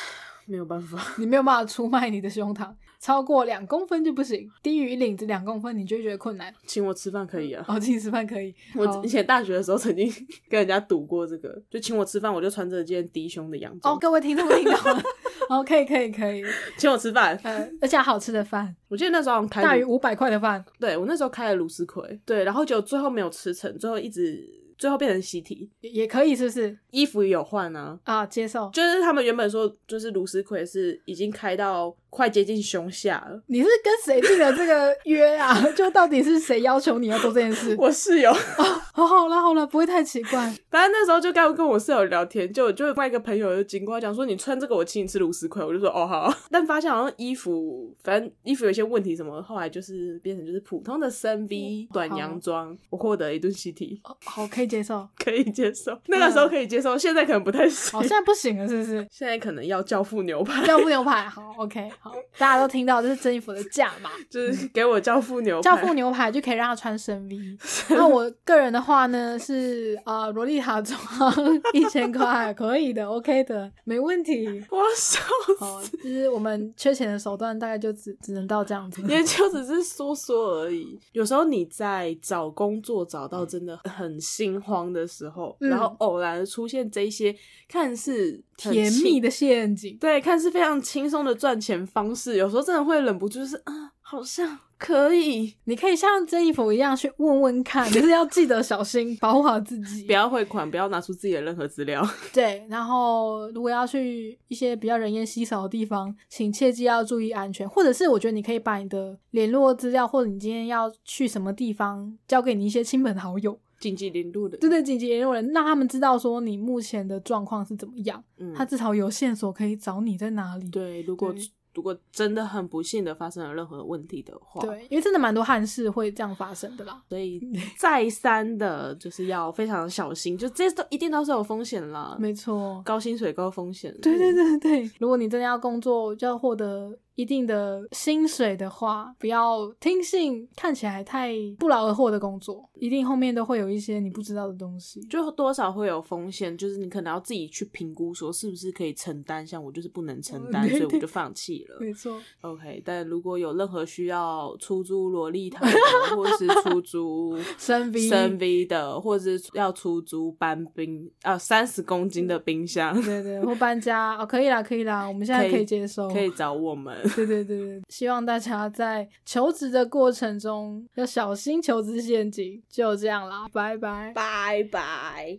[SPEAKER 2] 没有办法，
[SPEAKER 1] 你没有办法出卖你的胸膛，超过两公分就不行，低于领子两公分你就会觉得困难。
[SPEAKER 2] 请我吃饭可以啊。
[SPEAKER 1] 哦，请你吃饭可以，
[SPEAKER 2] *laughs* 我
[SPEAKER 1] 好
[SPEAKER 2] 以前大学的时候曾经 *laughs* 跟人家赌过这个，就请我吃饭，我就穿着一件低胸的洋
[SPEAKER 1] 哦，
[SPEAKER 2] 装，
[SPEAKER 1] 各位听众听到了， *laughs* 哦，可以可以可以，
[SPEAKER 2] 请我吃饭。
[SPEAKER 1] 呃，而且好吃的饭，
[SPEAKER 2] 我记得那时候好像开
[SPEAKER 1] 大于
[SPEAKER 2] 了
[SPEAKER 1] 五百块的饭，
[SPEAKER 2] 对我那时候开了卢斯葵，对，然后就最后没有吃成，最后一直最后变成习题，
[SPEAKER 1] 也也可以是不是？
[SPEAKER 2] 衣服也有换啊，
[SPEAKER 1] 啊，接受。
[SPEAKER 2] 就是他们原本说就是卢斯葵是已经开到快接近胸下了，
[SPEAKER 1] 你是跟谁定的这个约啊？ *laughs* 就到底是谁要求你要做这件事？
[SPEAKER 2] 我室友。
[SPEAKER 1] 好好了好了，不会太奇怪。
[SPEAKER 2] 反正那时候就刚跟我室友聊天，就就另外一个朋友就经过，讲说你穿这个我请你吃芦丝葵，我就说哦好， *laughs* 但发现好像衣服，反正衣服有一些问题什么，后来就是变成就是普通的深 V 短洋装，我获得一顿习题，
[SPEAKER 1] 哦好，可以接受。
[SPEAKER 2] 可以接受，那个时候可以接受，现在可能不太行？
[SPEAKER 1] 好，，现在不行了，是不是
[SPEAKER 2] 现在可能要教父牛排， *laughs*
[SPEAKER 1] 教父牛排，好，OK，好，大家都听到这是真衣服的价码。
[SPEAKER 2] 就是给我嗯教父牛排，
[SPEAKER 1] 教父牛排就可以让他穿深 V。那我个人的话呢，是啊，洛丽塔装 *laughs* 一千块可以的，OK 的，没问题。
[SPEAKER 2] *laughs* 我要笑
[SPEAKER 1] 好，
[SPEAKER 2] 死，
[SPEAKER 1] 就是我们缺钱的手段大概就只只能到这样子。
[SPEAKER 2] 也就只是说说而已。有时候你在找工作找到真的很心慌的时候，
[SPEAKER 1] 嗯
[SPEAKER 2] 然后偶然出现这一些看似很
[SPEAKER 1] 甜蜜
[SPEAKER 2] 轻，
[SPEAKER 1] 的陷阱，
[SPEAKER 2] 对，看似非常轻松的赚钱方式，有时候真的会忍不住就是啊，好像可以，
[SPEAKER 1] 你可以像真衣服一样去问问 *laughs* 看，可是要记得小心，保护好自己
[SPEAKER 2] 不。要汇款，不要拿出自己的任何资料。 *laughs*
[SPEAKER 1] 对，然后如果要去一些比较人烟稀少的地方，请切记要注意安全，或者是我觉得你可以把你的联络资料，或者你今天要去什么地方，交给你一些亲朋好友，
[SPEAKER 2] 紧急联络的，
[SPEAKER 1] 对对，紧急联络人，让他们知道说你目前的状况是怎么样，
[SPEAKER 2] 嗯，
[SPEAKER 1] 他至少有线索可以找你在哪里。
[SPEAKER 2] 对，如果
[SPEAKER 1] 对
[SPEAKER 2] 如果真的很不幸的发生了任何问题的话，
[SPEAKER 1] 对，因为真的蛮多憾事会这样发生的啦。
[SPEAKER 2] 所以
[SPEAKER 1] 嗯 *laughs*
[SPEAKER 2] 再三的，就是要非常小心，就这些都一定都是有风险啦。
[SPEAKER 1] 没错，
[SPEAKER 2] 高薪水高风险，
[SPEAKER 1] 对对对对，如果你真的要工作，就要获得一定的薪水的话，不要听信看起来太不劳而获的工作，一定后面都会有一些你不知道的东西。
[SPEAKER 2] 就多少会有风险，就是你可能要自己去评估，说是不是可以承担。像我就是不能承担，
[SPEAKER 1] 嗯对
[SPEAKER 2] 所以我就放弃了。
[SPEAKER 1] 没错，
[SPEAKER 2] *laughs* OK，但如果有任何需要出租萝莉塔的，或者是出
[SPEAKER 1] *laughs*
[SPEAKER 2] 租
[SPEAKER 1] 深 V
[SPEAKER 2] 深 V 的，或者是要出租搬冰啊三十公斤的冰箱，
[SPEAKER 1] 对对，或搬家哦，可以啦，可以啦，我们现在可以接受。
[SPEAKER 2] 可以找我们。
[SPEAKER 1] 对对对对，希望大家在求职的过 *laughs* 程中要小心求职陷阱。就这样啦，拜拜。
[SPEAKER 2] 拜拜。